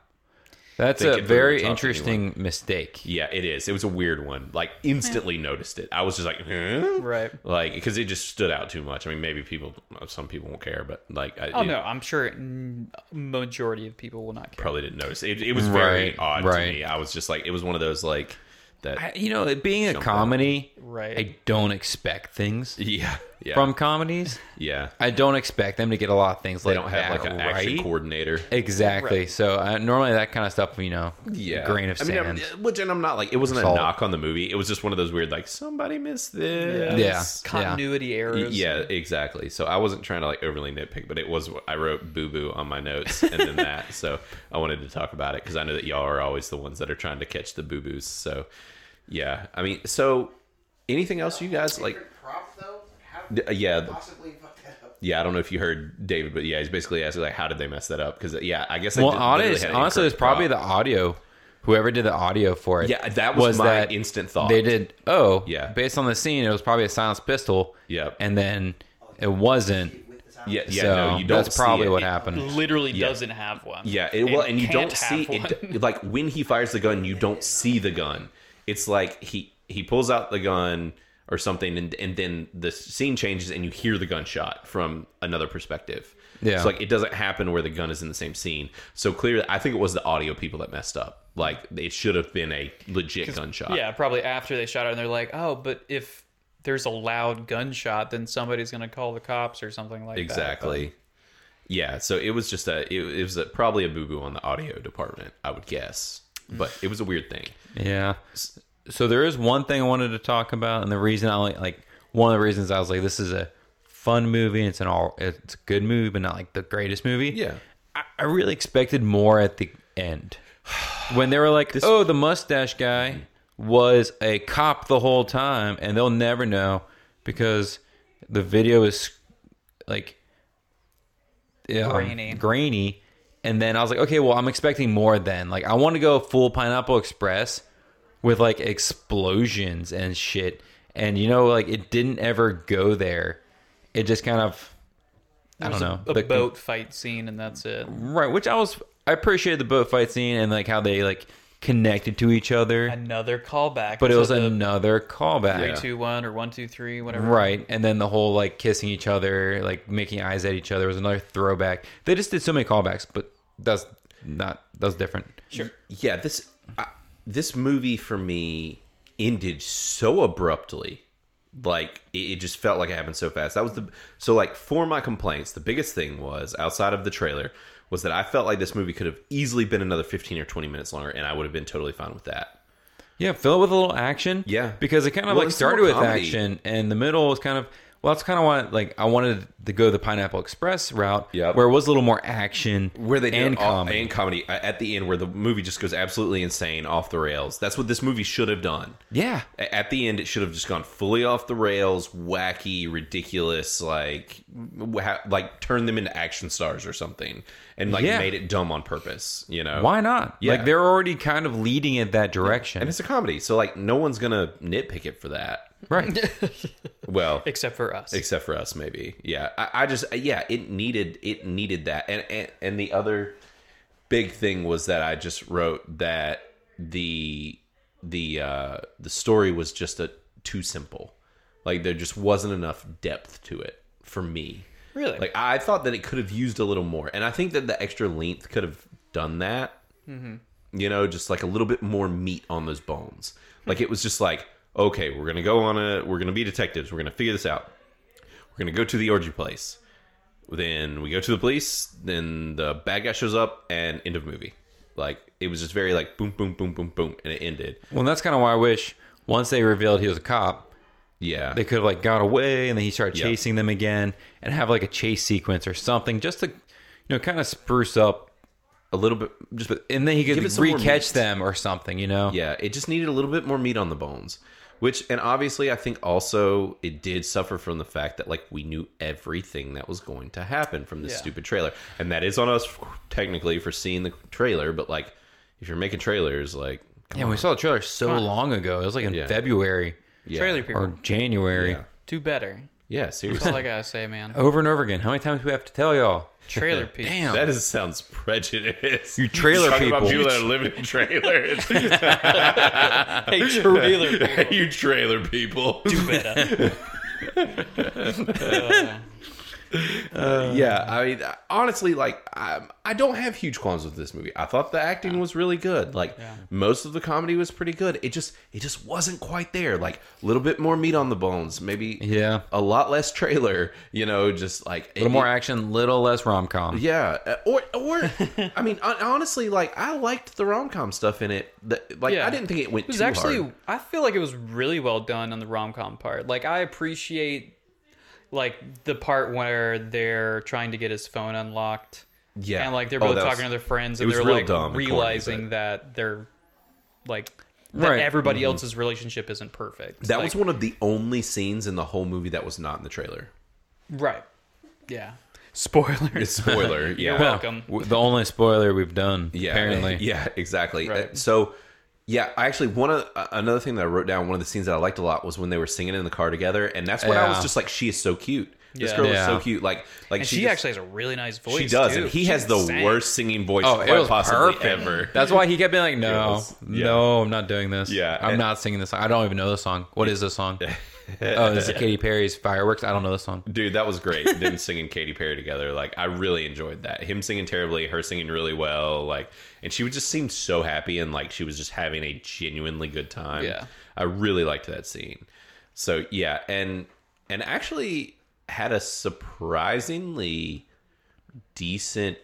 That's
Think
a
it really
very
talked to
interesting mistake.
Yeah, it is. It was a weird one. Like instantly noticed it. I was just like, huh?
Right.
Like because it just stood out too much. I mean, maybe people, some people won't care, but like, I
Oh
it
no, I'm sure n- majority of people will not care.
probably didn't notice. It, it was very
Right,
odd to
right.
me. I was just like, it was one of those like that.
I- Uh, you know, it being a comedy,
Right.
I don't expect things
yeah, yeah,
from comedies.
yeah.
I don't expect them to get a lot of things
They
like
don't have
that
like an
right.
action coordinator.
Exactly.
Right.
So uh, normally that kind of stuff, you know, grain of
I
sand.
mean, I'm- which and I'm not like it wasn't a
Salt.
knock on the movie. It was just one of those weird like somebody missed this.
Yeah.
Continuity errors.
Yeah, exactly. So I wasn't trying to like overly nitpick, but it was I wrote boo boo on my notes and
(laughs)
then that. So I wanted to talk about it because I know that y'all are always the ones that are trying to catch the boo boos. So yeah, I mean, so anything else you guys like?
Favorite prop though? How
D-
could
uh, yeah,
they
th-
possibly fuck that up?
Yeah, I don't know if you heard David, but yeah, he's basically asking like, how did they mess that up? Because yeah, I guess
well,
I
honest, honestly, it's probably the audio. Whoever did the audio for it,
yeah that was, my
that
instant thought.
They did. Oh,
Yeah.
Based on the scene, it was probably a silenced pistol.
Yeah.
And then it wasn't.
With the sound
yeah, yeah,
so
no, you don't.
that's
see
probably
it.
what
It-
happened.
Literally doesn't have one.
Yeah, it well, and you
can't
don't see
have one.
it. Like when he fires the gun, you don't see the gun. It's like he he pulls out the gun or something, and and then the scene changes, and you hear the gunshot from another perspective.
Yeah.
so like it doesn't happen where the gun is in the same scene. So clearly, I think it was the audio people that messed up. Like it should have been a legit gunshot.
(laughs) Yeah, probably after they shot it, and they're like, "Oh, but if there's a loud gunshot, then somebody's gonna call the cops or something like that."
exactly. Yeah, so it was just a it, it was a, probably a boo boo on the audio department, I would guess. But it was a weird thing.
Yeah. So there is one thing I wanted to talk about, and the reason I like, like one of the reasons I was like, this is a fun movie. It's an all, it's a good movie, but not like the greatest movie.
Yeah.
I, I really expected more at the end when they were like, oh, the mustache guy was a cop the whole time, and they'll never know because the video is like yeah, um,
Grainy.
grainy. And then I was like, okay, well, I'm expecting more then. Like, I want to go full Pineapple Express with like explosions and shit. And you know, like it didn't ever go there. It just kind of, I don't
There's
know,
a, a
the-
boat fight scene, and that's it.
right? Which I was, I appreciated the boat fight scene and like how they like connected to each other.
Another callback,
But it
to
was
the
another callback.
three, two, one, or one, two, three, whatever.
Right. And then the whole like kissing each other, like making eyes at each other was another throwback. They just did so many callbacks, but that's not that's different.
Sure.
yeah this I this movie for me ended so abruptly like it, it just felt like it happened so fast. That was the so like for my complaints, the biggest thing was outside of the trailer was that I felt like this movie could have easily been another 15 or 20 minutes longer and I would have been totally fine with that.
Yeah, fill it with a little action.
Yeah.
because it kind of
Well,
like
it's more
started with
comedy.
action, and the middle was kind of well, that's kind of why like I wanted to go the Pineapple Express route,
Yep.
where it was a little more action,
Where they did
and
all-
comedy.
and comedy uh, at the end where the movie just goes absolutely insane off the rails. That's what this movie should have done.
yeah,
A- At the end, it should have just gone fully off the rails, wacky, ridiculous, like wha- like turned them into action stars or something, and like
Yeah.
made it dumb on purpose. You know
why not?
Yeah.
Like they're already kind of leading it that direction,
And it's a comedy, so like no one's gonna nitpick it for that.
right?
(laughs) Well,
except for us.
except for us, maybe. Yeah, I, I just yeah, it needed it needed that, and, and and the other big thing was that I just wrote that the the uh, the story was just a too simple, like there just wasn't enough depth to it for me.
really?
Like I thought that it could have used a little more, and I think that the extra length could have done that. You know, just like a little bit more meat on those bones. Like it was just like, okay, we're gonna go on a, we're gonna be detectives, we're gonna figure this out. We're gonna go to the orgy place. Then we go to the police. Then the bad guy shows up, and end of movie. Like it was just very like boom, boom, boom, boom, boom, and it ended.
well, that's kind of why I wish once they revealed he was a cop,
Yeah,
they could have like got away, and then he started
Yeah.
chasing them again, and have like a chase sequence or something, just to you know kind of spruce up,
a little bit, just
and then he could
Give it some more
re-catch
meat.
them or something, you know?
Yeah, it just needed a little bit more meat on the bones. Which and obviously I think also it did suffer from the fact that like we knew everything that was going to happen from this
Yeah.
stupid trailer. And that is on us technically for seeing the trailer, but like if you're making trailers like come
Yeah,
on.
we saw the trailer so
on.
long ago. It was like in
Yeah.
February
yeah.
Trailer people
or January.
Yeah.
do better.
Yeah,
That's
seriously. (laughs)
all I gotta say, (laughs) man.
Over and over again. How many times do we have to tell y'all?
Trailer people.
Damn.
that is, sounds prejudice.
You trailer
talking about
people.
people that live in trailers.
(laughs) Hey, trailer
(laughs)
people.
you trailer people.
(laughs)
yeah, I mean, honestly, like I, I don't have huge qualms with this movie. I thought the acting was really good. Like most of the comedy was pretty good. It just it just wasn't quite there. Like a little bit more meat on the bones, maybe.
Yeah.
A lot less trailer, you know, just like
A little more action, little less rom com.
yeah, uh, or
(laughs)
or I mean, hon- honestly, like I liked the rom com stuff in it. The, like
Yeah.
I didn't think it went
It was
too
actually
hard.
I feel like it was really well done on the rom com part. Like I appreciate like the part where they're trying to get his phone unlocked.
Yeah,
And like they're
Oh,
both
that was-
talking to their friends and
was
they're
real
like
dumb and corny,
realizing
but-
that they're like that
Right.
everybody else's relationship isn't perfect.
Mm-hmm. That
Like-
was one of the only scenes in the whole movie that was not in the
(laughs)
trailer.
Right. Yeah. Spoilers.
Spoiler, yeah.
You're welcome.
The only spoiler we've done,
yeah, (laughs)
apparently.
Yeah, exactly.
Right.
Uh, So, yeah, I actually one of uh, another thing that I wrote down. One of the scenes that I liked a lot was when they were singing in the car together, and that's when I was
Yeah.
just like, she is so cute. This
Yeah.
girl is
Yeah.
so cute. Like, like
And she,
just-
actually has a really nice voice.
she does,
too.
and he
She
has the
sang.
worst singing voice
Oh,
quite
it was
possibly
perfect.
ever.
That's why he kept being like, no,
was- yeah.
no, I'm not doing this.
Yeah,
I'm
and-
not singing this song. I don't even know the song. What is this (laughs) song? oh, this is Katy Perry's Fireworks. I don't know the song.
Dude, that was great. Them singing Katy Perry together, like I really enjoyed that. Him singing terribly, her singing really well, like, and she would just seem so happy and like she was just having a genuinely good time.
Yeah.
I really liked that scene. So yeah, and and actually had a surprisingly decent,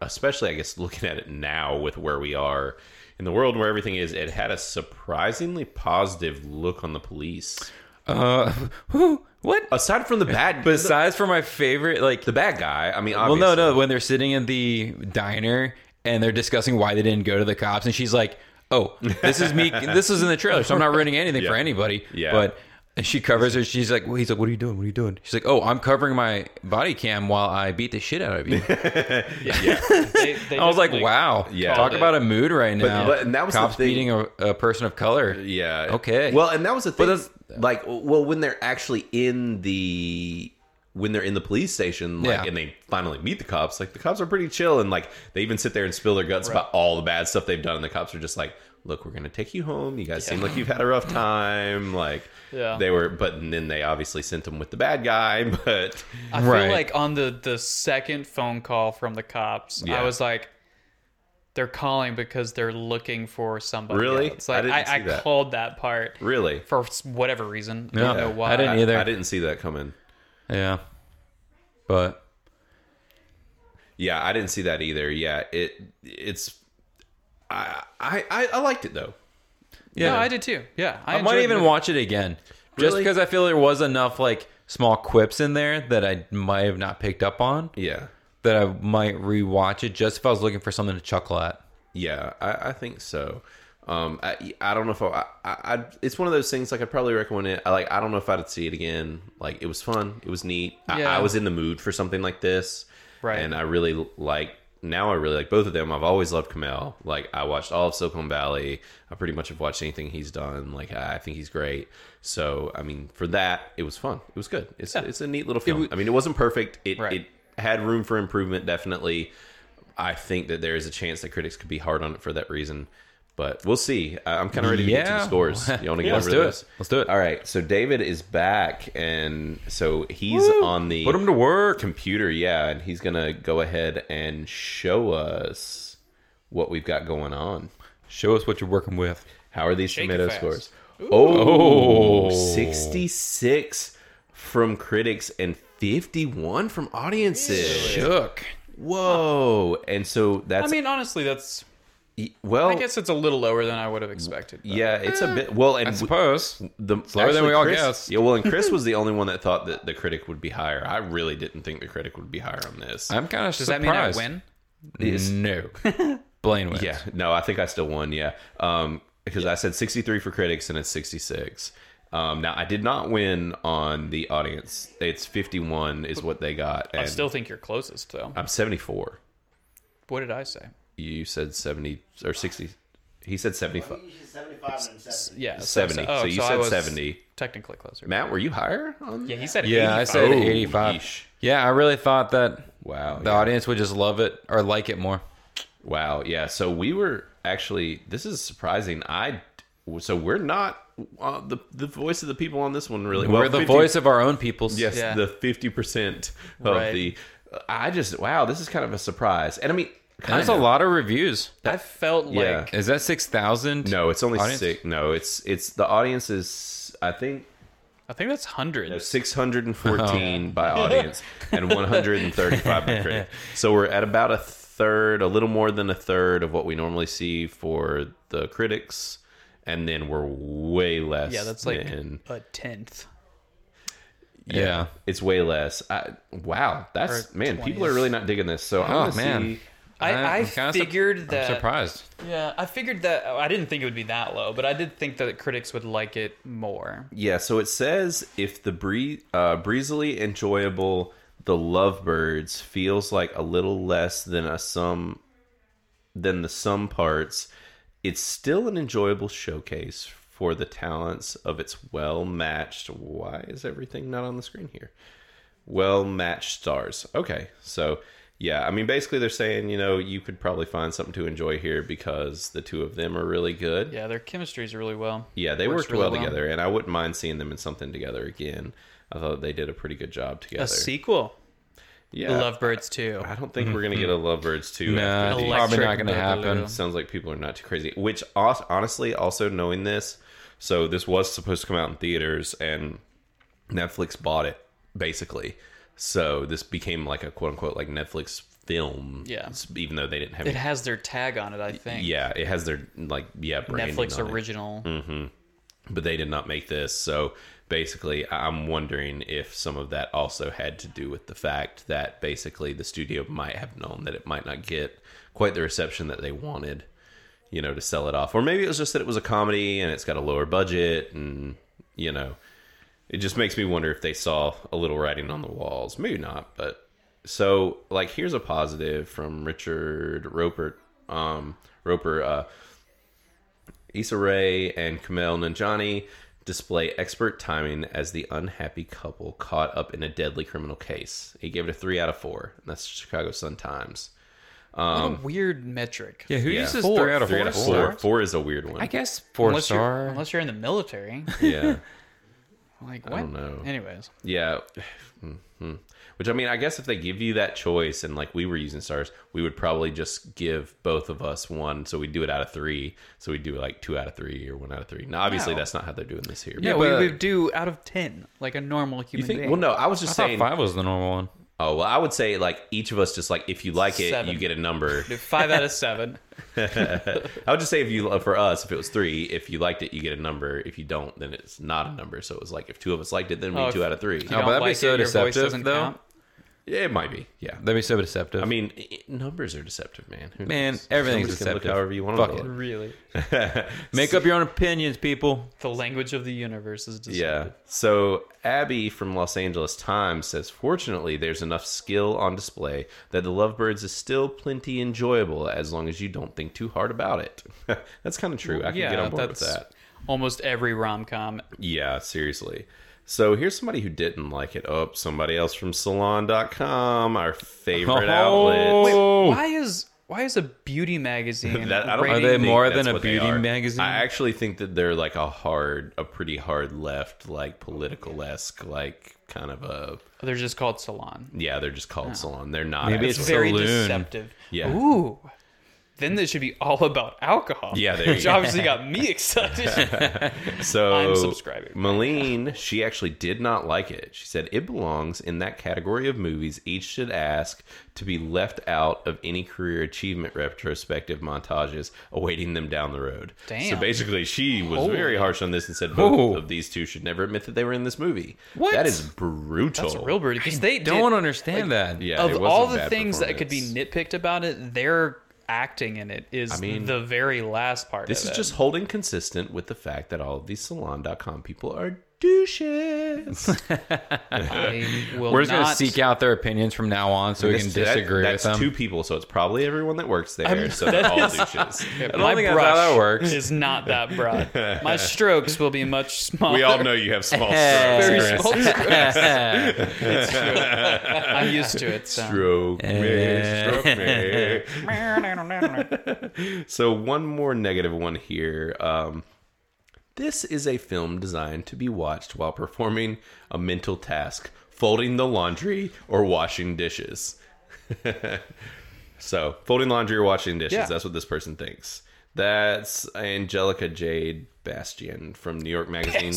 especially I guess looking at it now with where we are in the world where everything is. It had a surprisingly positive look on the police.
Uh, who? What?
Aside from the bad,
Besides for my favorite, like,
the bad guy. I mean,
Well,
obviously.
no, no. When they're sitting in the diner and they're discussing why they didn't go to the cops, and she's like, "Oh, this is (laughs) me. this is in the trailer, so I'm not ruining anything for
Yeah.
anybody."
Yeah.
But and she covers her. She's like, well, "He's like, what are you doing? What are you doing?" She's like, "Oh, I'm covering my body cam while I beat the shit out of you."
They- they
I was
just,
like, "Wow,
Yeah.
talk
called it.
about a mood right now."
but- and that was the
cops
thing-
beating a, a person of color.
Yeah.
Okay.
Well, and that was the thing.
that's-
like, well, when they're actually in the when they're in the police station, like,
Yeah.
and they finally meet the cops, like the cops are pretty chill, and like they even sit there and spill their guts about all the bad stuff they've done, and the cops are just like. Look, we're gonna take you home. You guys seem like you've had a rough time. Like
Yeah.
they were, but then they obviously sent him with the bad guy. (laughs) But
I feel
Right.
like on the the second phone call from the cops,
Yeah.
I was like, they're calling because they're looking for somebody.
Really?
else. Like,
I didn't
I,
see
I,
that.
called that part
Really?
for s- whatever reason. I
Yeah.
don't know
I
why.
didn't either.
I didn't see that coming.
Yeah. But
Yeah, I didn't see that either. Yeah, it it's I I I, I liked it though.
yeah,
No, I did too. Yeah, I,
I might
enjoyed
even
it.
watch it again. Just
Really?
because I feel there was enough like small quips in there that I might have not picked up on
Yeah.
that I might rewatch it just if I was looking for something to chuckle at.
Yeah, I, I think so. Um, I, I don't know if I, I, I, it's one of those things like I'd probably recommend it. I like, I don't know if I'd see it again. Like it was fun. It was neat. I,
Yeah.
I was in the mood for something like this.
Right.
And I really like, now I really like both of them. I've always loved Kamel. Like I watched all of Silicon Valley. I pretty much have watched anything he's done. Like I, I think he's great. So, I mean, for that, it was fun. It was good. It's, it's a neat little film. I mean, it wasn't perfect. It,
Right.
it had room for improvement. Definitely. I think that there is a chance that critics could be hard on it for that reason. But we'll see. I- I'm kind of ready to get to
Yeah.
the
(laughs)
scores. You want to get
Let's
over
do it.
this?
Let's do it.
All right. So David is back, and so he's on the
Put him to work.
computer. Yeah, and he's gonna go ahead and show us what we've got going on.
Show us what you're working with.
How are these
it
tomato
fast.
scores? Oh, 66 from critics and 51 from audiences.
Shook.
Whoa. And so
I
that's
mean, honestly, that's.
well
I guess eh, it's a little lower than I would have expected. but-
Oh. Yeah, it's a bit. Well, and
I
w-
suppose.
the
lower than
actually,
we all
Chris-
guessed.
Yeah, well, and Chris
(laughs)
was the only one that thought that the critic would be higher. I really didn't think the critic would be higher on this.
I'm kind of
Does
surprised.
that mean I win?
No.
(laughs)
Blaine wins.
yeah, no, I think I still won. Yeah, um, because I said 63 for critics and it's 66. Um, now I did not win on the audience. It's 51 is what they got. And
I still think you're closest, though.
I'm 74.
What did I say?
You said 70 or 60. He said 75.
He's 75 and 70.
Yeah, so-
70.
oh,
so you
I
said
was
70.
Technically closer.
Matt, were you higher on?
Yeah, he said.
Yeah, I
85.
said
Oh,
85.
yeesh.
Yeah, I really thought that
Wow.
the
yeah.
audience would just love it or like it more.
Wow. Yeah. So we were actually. This is surprising. I. So we're not uh, the the voice of the people on this one. Really.
We're the voice of our own peoples.
Yes.
Yeah.
The fifty percent of
Right.
the. I just wow. This is kind of a surprise. And I mean, kind
That's
of.
a lot of reviews.
I felt like
Yeah.
Is that 6,000?
No, it's only
Audience?
six. No, it's it's the audience is. I think
I think that's hundreds.
six hundred and
(laughs)
fourteen
Oh.
by audience and one hundred and thirty five by critic. So we're at about a third, a little more than a third of what we normally see for the critics, and then we're way less.
Yeah, that's like
than-
a tenth.
Yeah.
it's way less. I, wow, that's
Or
man.
20th.
People are really not digging this. So
Oh,
I'm gonna
man.
see-
I,
I'm
I,
kinda sup-
figured that.
I'm surprised.
Yeah, I figured that. oh, I didn't think it would be that low, but I did think that critics would like it more.
Yeah, so it says if the bree- uh, breezily enjoyable the lovebirds feels like a little less than a sum than the sum parts, it's still an enjoyable showcase for the talents of its well-matched. Why is everything not on the screen here? Well-matched stars. Okay, so yeah, I mean basically they're saying you know you could probably find something to enjoy here because the two of them are really good.
Yeah, their chemistry is really well.
Yeah, they
Works
worked
really
well,
well.
together, and I wouldn't mind seeing them in something together again. I thought they did a pretty good job together.
A sequel,
yeah,
Lovebirds too.
I don't think we're
Mm-hmm.
gonna get a Lovebirds two.
Nah,
after these.
probably not
Electric
going to happen.
Boogaloo.
Sounds like people are not too crazy. Which al- honestly, also knowing this, so this was supposed to come out in theaters, and Netflix bought it basically. So this became like a quote unquote like Netflix film.
Yeah.
even though they didn't have.
It
Any,
has their tag on it, I think.
yeah, it has their like yeah branding
Netflix
on it. Mm.
original.
but they did not make this. So basically, I- I'm wondering if some of that also had to do with the fact that basically the studio might have known that it might not get quite the reception that they wanted, you know, to sell it off. Or maybe it was just that it was a comedy and it's got a lower budget and, you know, it just makes me wonder if they saw a little writing on the walls. Maybe not, but so like here's a positive from Richard Roper um Roper uh Issa Rae and Kamel Nanjani display expert timing as the unhappy couple caught up in a deadly criminal case. He gave it a three out of four. And that's Chicago Sun Times.
what a weird metric.
Yeah, who
Um, Yeah.
uses
Four.
three out of
Three
four?
out of
stars?
four. Four is a weird one.
I guess four
unless
star.
(laughs)
you're unless you're in the military.
yeah.
Like what?
I don't know.
Anyways,
Yeah. Mhm. Which I mean, I guess if they give you that choice and like we were using stars, we would probably just give both of us one. So we do it out of three. So we do like two out of three or one out of three. Now, obviously,
No.
that's not how they're doing this here.
yeah,
but
we would do out of ten, like a normal human
you think?
being.
Well, no, I was
I
just
thought
saying.
five was the normal one.
Oh, well, I would say like each of us just like if you like it,
Seven.
you get a
(laughs)
number.
Do
(laughs)
five out of seven.
I would just say if you uh, for us, if it was three, if you liked it, you get a number. If you don't, then it's not a number. So it was like if two of us liked it, then we
Oh,
two
if
out of three.
You
Oh,
don't
but that'd be
like
so
it, your voice
deceptive,
doesn't
though.
count.
Yeah, it might be. Yeah.
That'd be so deceptive.
I mean, i- i- numbers are deceptive, man. Who
Man,
knows?
everything's
Somebody can look
deceptive.
however you want
Fuck
to
it.
look.
Really,
make up your own opinions, people.
the language of the universe is deceptive.
Yeah. So Abby from Los Angeles Times says, fortunately, there's enough skill on display that the Lovebirds is still plenty enjoyable as long as you don't think too hard about it. (laughs) that's kind of true. I can
yeah,
get on board with
that's
that.
almost every rom com.
Yeah, seriously. So here's somebody who didn't like it. Oh, somebody else from salon.com, our favorite outlet.
Oh.
Why is why is a beauty
(laughs)
magazine?
That- I don't
Are
rating-
they
think
more
that's
than a
what they
beauty
are.
magazine?
I actually think that they're like a hard, a pretty hard left, like political esque, like kind of a
They're just called Salon.
yeah. They're just called salon. They're not
Maybe
It's
It's
actually-
very
saloon.
deceptive.
Yeah.
Ooh. Then this should be all about alcohol.
Yeah, there you
which
go.
obviously got me excited.
so.
I'm subscribing.
Malene, she actually did not like it. She said it belongs in that category of movies each should ask to be left out of any career achievement retrospective montages awaiting them down the road. So
Damn. Oh.
basically, she was very harsh on this and said both
Whoa.
of these two should never admit that they were in this movie.
What?
That is brutal.
That's real brutal because they
Don't
did,
understand that.
Yeah, it
of
was a
all the
bad
things that could be
performance.
nitpicked about it, their acting in it is
mean,
the very last part.
This
of
is
it.
just holding consistent with the fact that all of these salon.com people are douches.
(laughs) I will
We're just
not
gonna seek out their opinions from now on, so we can
This- that-
disagree
that's
with them.
two people, so it's probably everyone that works there. so they're all douches.
don't
My
think that's
brush
how that works.
is not that broad. My strokes will be much smaller.
We all know you have small strokes.
Very
Very
Chris.
small strokes.
yeah,
(laughs) I'm used to it. So.
Stroke me, stroke me. So one more negative one here. Um, this is a film designed to be watched while performing a mental task, folding the laundry or washing dishes. (laughs) so folding laundry or washing dishes.
Yeah.
That's what this person thinks. That's Angelica Jade Bastian from New York Magazine.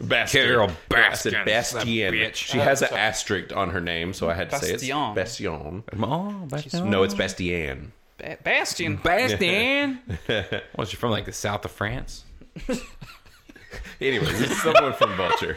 Bastion.
Carol Bastion,
I said Bastion. She has an asterisk on her name, so I had to say
Bastion.
it's Bastion.
oh, Bastion.
No, it's Bastian.
Ba- Bastion.
Bastion. What's she from? Like the south of France?
Anyways, this is someone from Vulture.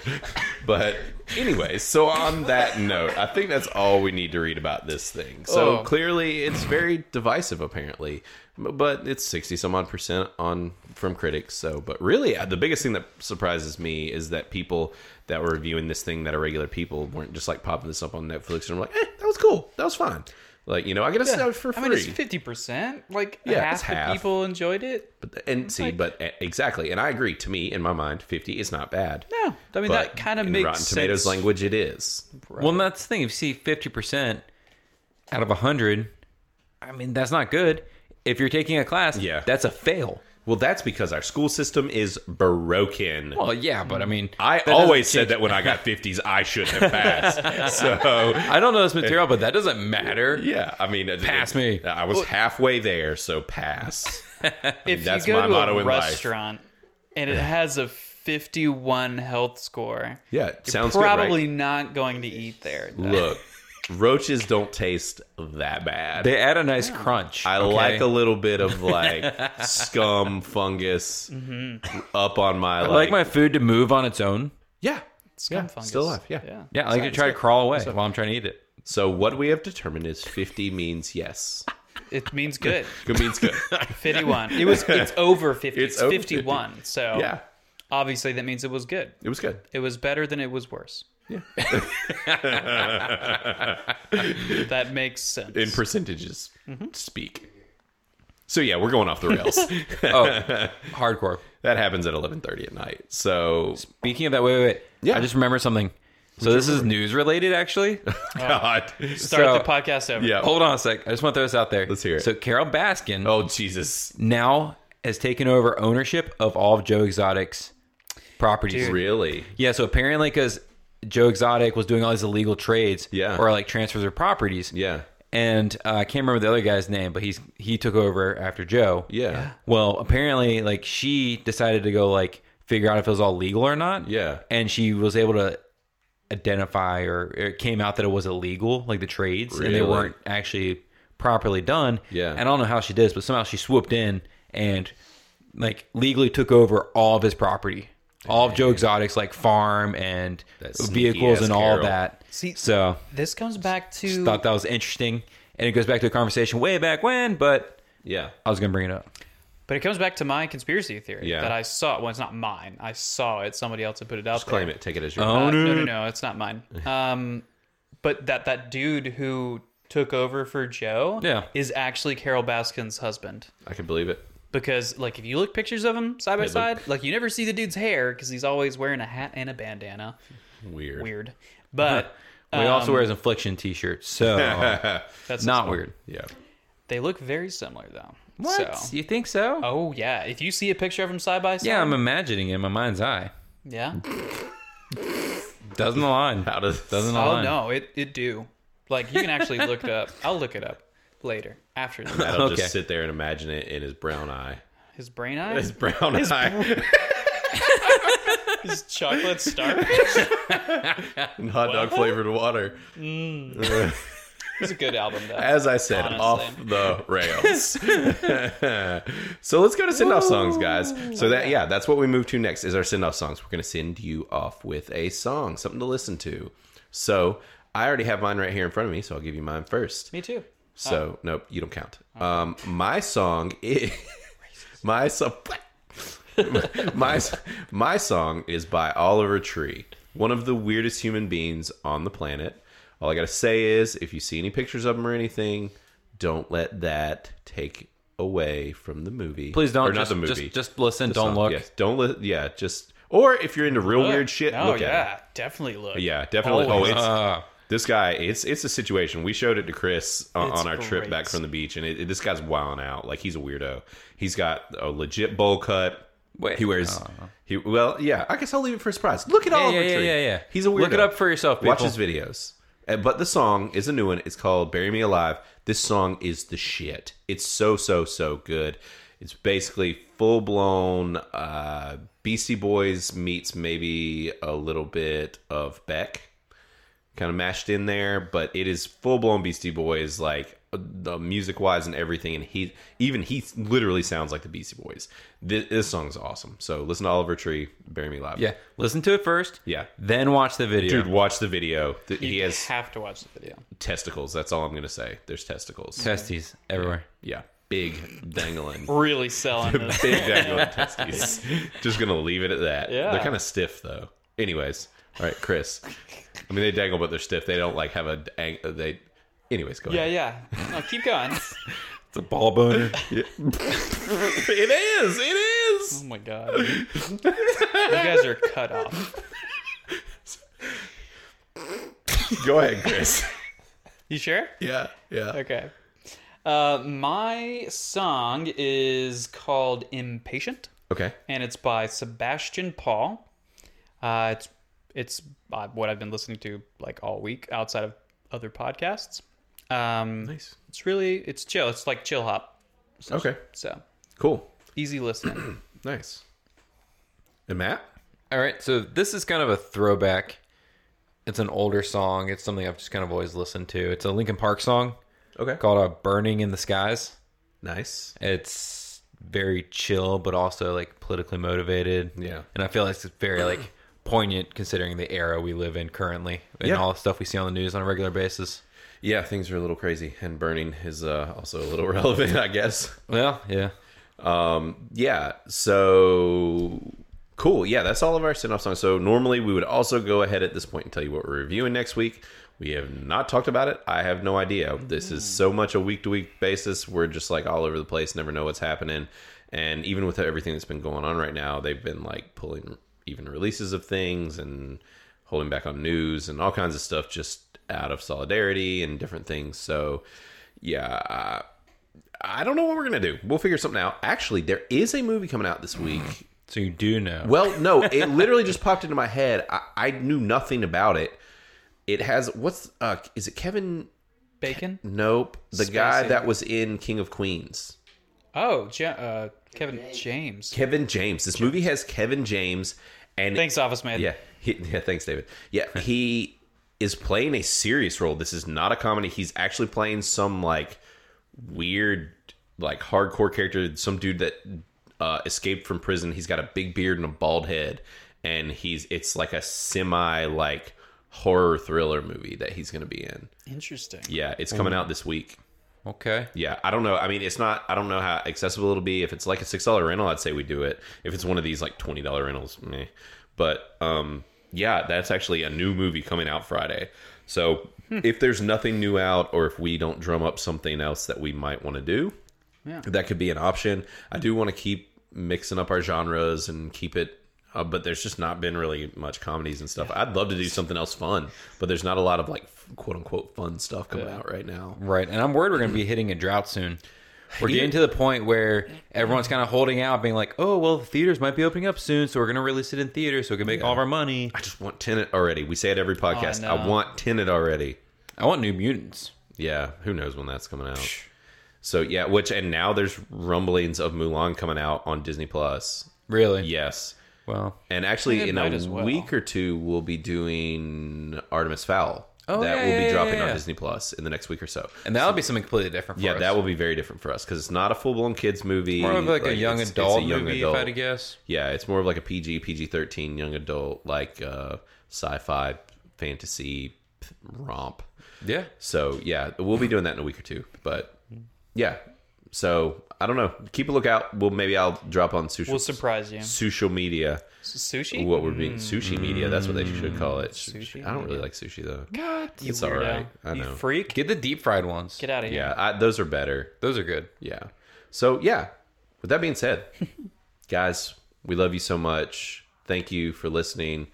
But anyways, so on that note, I think that's all we need to read about this thing. So
Oh.
clearly, it's very divisive, apparently. M- But it's sixty some odd percent on from critics. So, but really, uh, the biggest thing that surprises me is that people that were reviewing this thing that are regular people weren't just like popping this up on Netflix and I'm like, eh, that was cool, that was fine. Like you know, I get a yeah. (laughs) for free.
I mean, it's fifty percent. Like
Yeah,
half
it's
the
half.
people enjoyed it.
But and see,
Like-
but but exactly, and I agree. To me, in my mind, fifty is not bad.
No, I mean
But
that kind of
in
makes
Rotten
sense.
Tomatoes language. It is.
Well, and that's the thing. If you see fifty percent out of hundred, I mean that's not good. If you're taking a class,
Yeah.
that's a fail.
Well, that's because our school system is broken.
Well, yeah, but I mean,
I
that
always
doesn't
said that when I
(laughs)
got fifties, I should have passed. so
change- I don't know this material, but that doesn't matter.
yeah, I mean, it-
Pass
it-
me.
I was halfway there, so
(laughs)
pass.
If
That's
you go
my
to
motto
a
in life.
restaurant and it has a fifty-one health score,
Yeah, it sounds
probably
(laughs)
Good,
not going to eat there.
right? Look, roaches don't taste that bad.
They add a nice crunch.
I
okay?
like a little bit of like
(laughs)
scum fungus up on my
Mm-hmm. I like my food to move on its own.
yeah
Scum
yeah,
fungus.
still alive yeah.
yeah.
Yeah, I like to try to crawl away while I'm trying to eat it.
So what we have determined is fifty means yes. (laughs)
It means good.
Good means
(laughs)
good.
Fifty-one. It was.
(laughs)
It's over fifty.
It's
It's,
over 50.
fifty-one.
Oh.
So
yeah,
obviously that means it was good.
it was good.
It was better than it was worse.
Yeah.
(laughs) that makes sense.
In percentages,
Mm-hmm.
speak. So yeah, we're going off the
(laughs)
rails.
Hardcore.
that happens at eleven thirty at night. So
Speaking of that, wait, wait, wait.
Yeah.
I just remembered something. So this is news
(laughs)
related, actually.
God,
Start
so-
the podcast over.
yeah.
Hold on a sec. I just want to throw this out there.
Let's hear it.
So Carol Baskin
Oh Jesus!
now has taken over ownership of all of Joe Exotic's properties.
Really?
Yeah, so apparently because Joe Exotic was doing all these illegal trades,
Yeah.
or like transfers of properties,
Yeah.
and uh, I can't remember the other guy's name, but he's he took over after Joe.
Yeah.
Well, apparently, like she decided to go like figure out if it was all legal or not.
Yeah.
And she was able to identify, or it came out that it was illegal, like the trades, and they
Really?
weren't actually properly done.
Yeah.
And I don't know how she did this, but somehow she swooped in and like legally took over all of his property. All of Joe Exotic's like farm and
That
vehicles
sneaky-ass
and all
Carol.
that.
See-
so
This comes back to
just thought that was interesting. And it goes back to a conversation way back when, but
Yeah.
I was going to bring it up.
But it comes back to my conspiracy theory
Yeah.
that I saw. Well, it's not mine. I saw it. Somebody else had put it out.
Just claim
there.
it. Take it as your
Oh, no,
Uh, no,
no.
no, no, it's not mine. Um, but that that dude who took over for Joe,
Yeah.
is actually Carol Baskin's husband.
I can believe it.
Because like if you look pictures of him side by
They look-
side, like you never see the dude's hair because he's always wearing a hat and a bandana.
Weird.
Weird, but um,
We also wear his affliction T-shirt, so
(laughs)
that's
not weird.
Yeah.
They look very similar though. So-
You think so?
Oh yeah, if you see a picture of him side by side,
yeah, I'm imagining it in my mind's eye.
yeah.
Doesn't
(laughs)
align.
How does
Doesn't
Oh
align.
no, it it do. Like you can actually look it up. I'll look it up later
(laughs)
after the,
(laughs)
That'll
Okay.
just sit there and imagine it in his brown eye. (laughs)
his brain eyes,
His brown eye.
his chocolate (laughs) starfish.
and (laughs) hot dog flavored water.
Mm.
(laughs)
It's a good album though.
As I said,
Honestly.
off the rails. (laughs) so let's go to send off songs, guys. So that yeah, that's what we move to next is our send off songs. We're gonna send you off with a song, something to listen to. So I already have mine right here in front of me, so I'll give you mine first.
Me too.
So nope, you don't count. Um, my song (laughs) is my song. (laughs) my my song is by Oliver Tree, one of the weirdest human beings on the planet. All I gotta say is, if you see any pictures of him or anything, don't let that take away from the movie.
Please don't.
Or not
just,
the movie.
Just, just listen.
the
don't
song.
look.
Yes, don't let. Yeah, just. Or if you're into real weird shit,
Oh
look
yeah,
at it.
definitely look.
Yeah, definitely. Oh,
Always.
it's
Uh,
this guy, it's it's a situation. We showed it to Chris on,
It's
on our trip
great.
back from the beach, and it, it- this guy's wilding out. Like he's a weirdo. He's got a legit bowl cut.
Wait. Oh,
he wears. He well, yeah. I guess I'll leave it for a surprise. Look at all
yeah,
Oliver
yeah, yeah,
Tree.
yeah, yeah.
He's a weirdo.
Look it up for yourself, people.
Watch his videos. Uh, But the song is a new one. It's called "Bury Me Alive." This song is the shit. It's so so so good. It's basically full blown uh, Beastie Boys meets maybe a little bit of Beck kind of mashed in there, but it is full blown Beastie Boys, like uh, the music wise and everything. And he, even he, literally sounds like the Beastie Boys. This, this song's awesome. So listen to Oliver Tree, "Bury Me Alive."
Yeah, listen to it first.
yeah.
Then watch the video.
Dude, watch the video. Th- He
you
has
have to watch the video.
testicles. That's all I'm going to say. There's testicles.
testes everywhere.
yeah. Big dangling.
Really selling this.
Big dangling testes. Just going to leave it at that.
Yeah.
They're kind of stiff, though. Anyways. All right, Chris. I mean, they dangle, but they're stiff. They don't like have a. Dang- uh, they. Anyways, go
yeah,
ahead.
yeah. No, keep going.
It's a ball
(laughs)
boner.
It is. It is.
Oh my god, you guys are cut off.
Go ahead, Chris.
You sure?
(laughs) yeah, yeah.
Okay. Uh, my song is called "Impatient."
Okay.
and it's by Sebastian Paul. Uh, it's it's uh, what I've been listening to like all week outside of other podcasts. Um,
Nice.
It's really it's chill. It's like chill hop,
Okay.
so
Cool. (coughs)
easy listening.
Nice. And Matt?
All right, so this is kind of a throwback. It's an older song. It's something I've just kind of always listened to. It's a Linkin Park song
Okay.
called uh, "Burning in the Skies."
Nice.
It's very chill, but also like politically motivated.
Yeah.
and I feel like it's very like poignant considering the era we live in currently and
Yeah.
all the stuff we see on the news on a regular basis.
Yeah, things are a little crazy, and burning is uh, also a little (laughs) relevant, I guess.
Well, yeah,
Yeah. So cool. Yeah, that's all of our send off songs. So normally we would also go ahead at this point and tell you what we're reviewing next week. We have not talked about it. I have no idea. This is so much a week to week basis. We're just like all over the place, never know what's happening. And even with everything that's been going on right now, they've been like pulling even releases of things and holding back on news and all kinds of stuff just out of solidarity and different things. So, yeah, uh, I don't know what we're gonna do. We'll figure something out. Actually, there is a movie coming out this week.
So you do know.
Well, no, it literally just popped into my head. I, I knew nothing about it. It has what's uh is it Kevin?
Bacon?
Nope, the guy
Spacey.
that was in King of Queens.
Oh, Ja- uh, Kevin James.
Kevin James. This movie has Kevin James, and
Thanks, Office Man.
yeah, (laughs) he, yeah, thanks, David. Yeah, he is playing a serious role. This is not a comedy. He's actually playing some like weird, like hardcore character. Some dude that uh, escaped from prison. He's got a big beard and a bald head, and he's it's like a semi like horror thriller movie that he's going to be in.
Interesting.
Yeah, it's coming out this week.
okay.
Yeah, I don't know. I mean, it's not. I don't know how accessible it'll be. If it's like a six dollar rental, I'd say we do it. If it's one of these like twenty dollar rentals, meh. But um, yeah, that's actually a new movie coming out Friday. So if there's nothing new out, or if we don't drum up something else that we might want to do,
Yeah.
that could be an option. I do want to keep mixing up our genres and keep it. Uh, but there's just not been really much comedies and stuff. I'd love to do something else fun, but there's not a lot of like quote unquote fun stuff coming out right now.
Right. And I'm worried we're going to be hitting a drought soon. We're getting to the point where everyone's kind of holding out, being like, oh, well, theaters might be opening up soon, so we're going to release it in theaters so we can make all of our money.
I just want Tenant already. We say it every podcast.
Oh, I
I,
know.
want Tenant already.
I want New Mutants.
Yeah, who knows when that's coming out? So yeah, which and now there's rumblings of Mulan coming out on Disney Plus.
Really?
Yes,
Well,
and actually
It
in
might
a
as well.
week or two we'll be doing Artemis Fowl.
Oh,
that
yeah,
will
yeah,
be
yeah,
dropping on
yeah.
Disney Plus in the next week or so.
and that'll be something completely different for
yeah,
us.
that will be very different for us because it's not a full blown kids movie.
More of like, a young
it's- it's
adult
young
movie, if I had to guess.
Yeah, it's more of like a PG, PG 13 young adult, like uh, sci fi fantasy romp.
Yeah.
So yeah, we'll be doing that in a week or two. But yeah, so I don't know. Keep a lookout. Well, maybe I'll drop on social
Will surprise you.
social media
S- Sushi?
what we're being sushi media. That's what they should call it.
Mm, Sushi
I don't really like sushi though.
What? You
It's all
weirdo.
right. I know.
You freak.
Get the deep fried ones.
Get out of here.
Yeah, I, those are better.
Those are good.
Yeah. So yeah. With that being said, guys, we love you so much. Thank you for listening.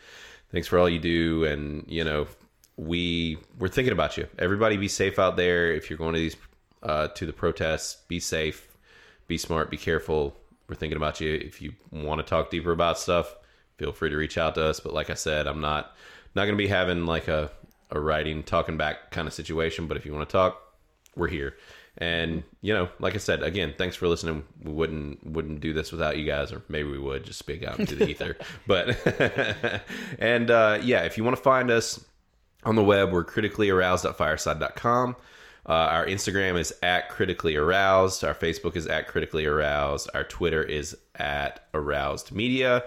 Thanks for all you do, and you know we we're thinking about you. Everybody, be safe out there. If you're going to these uh, to the protests, be safe, be smart, be careful. We're thinking about you. If you want to talk deeper about stuff, feel free to reach out to us. But like I said, I'm not not going to be having like a a writing talking back kind of situation. But if you want to talk, we're here and you know like i said again thanks for listening we wouldn't wouldn't do this without you guys or maybe we would just speak out into the ether but (laughs) and uh, yeah if you want to find us on the web we're critically aroused.fireside.com uh, our instagram is at critically aroused our facebook is at critically aroused our twitter is at aroused media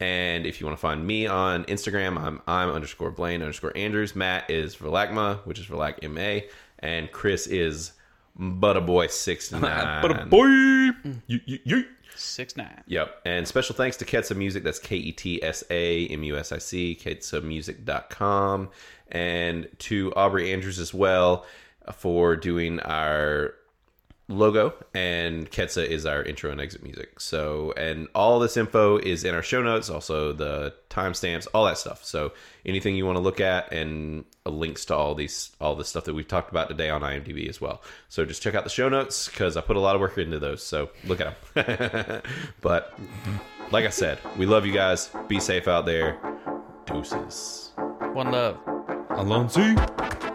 and if you want to find me on Instagram, I'm I'm underscore Blaine underscore Andrews. Matt is Verlacma, which is Verlac M A, and Chris is Butterboy six nine.
Six nine.
Yep. And special thanks to Ketsa Music. That's K E T S A M U S I C, ketsamusic.com. And to Aubrey Andrews as well for doing our logo. And Ketsa is our intro and exit music. So, and all this info is in our show notes, also the timestamps, all that stuff. So, anything you want to look at and links to all these, all the stuff that we've talked about today on IMDb as well. So, just check out the show notes because I put a lot of work into those. So, look at them. (laughs) but, like I said, we love you guys. Be safe out there. Deuces.
One love.
Alonzi.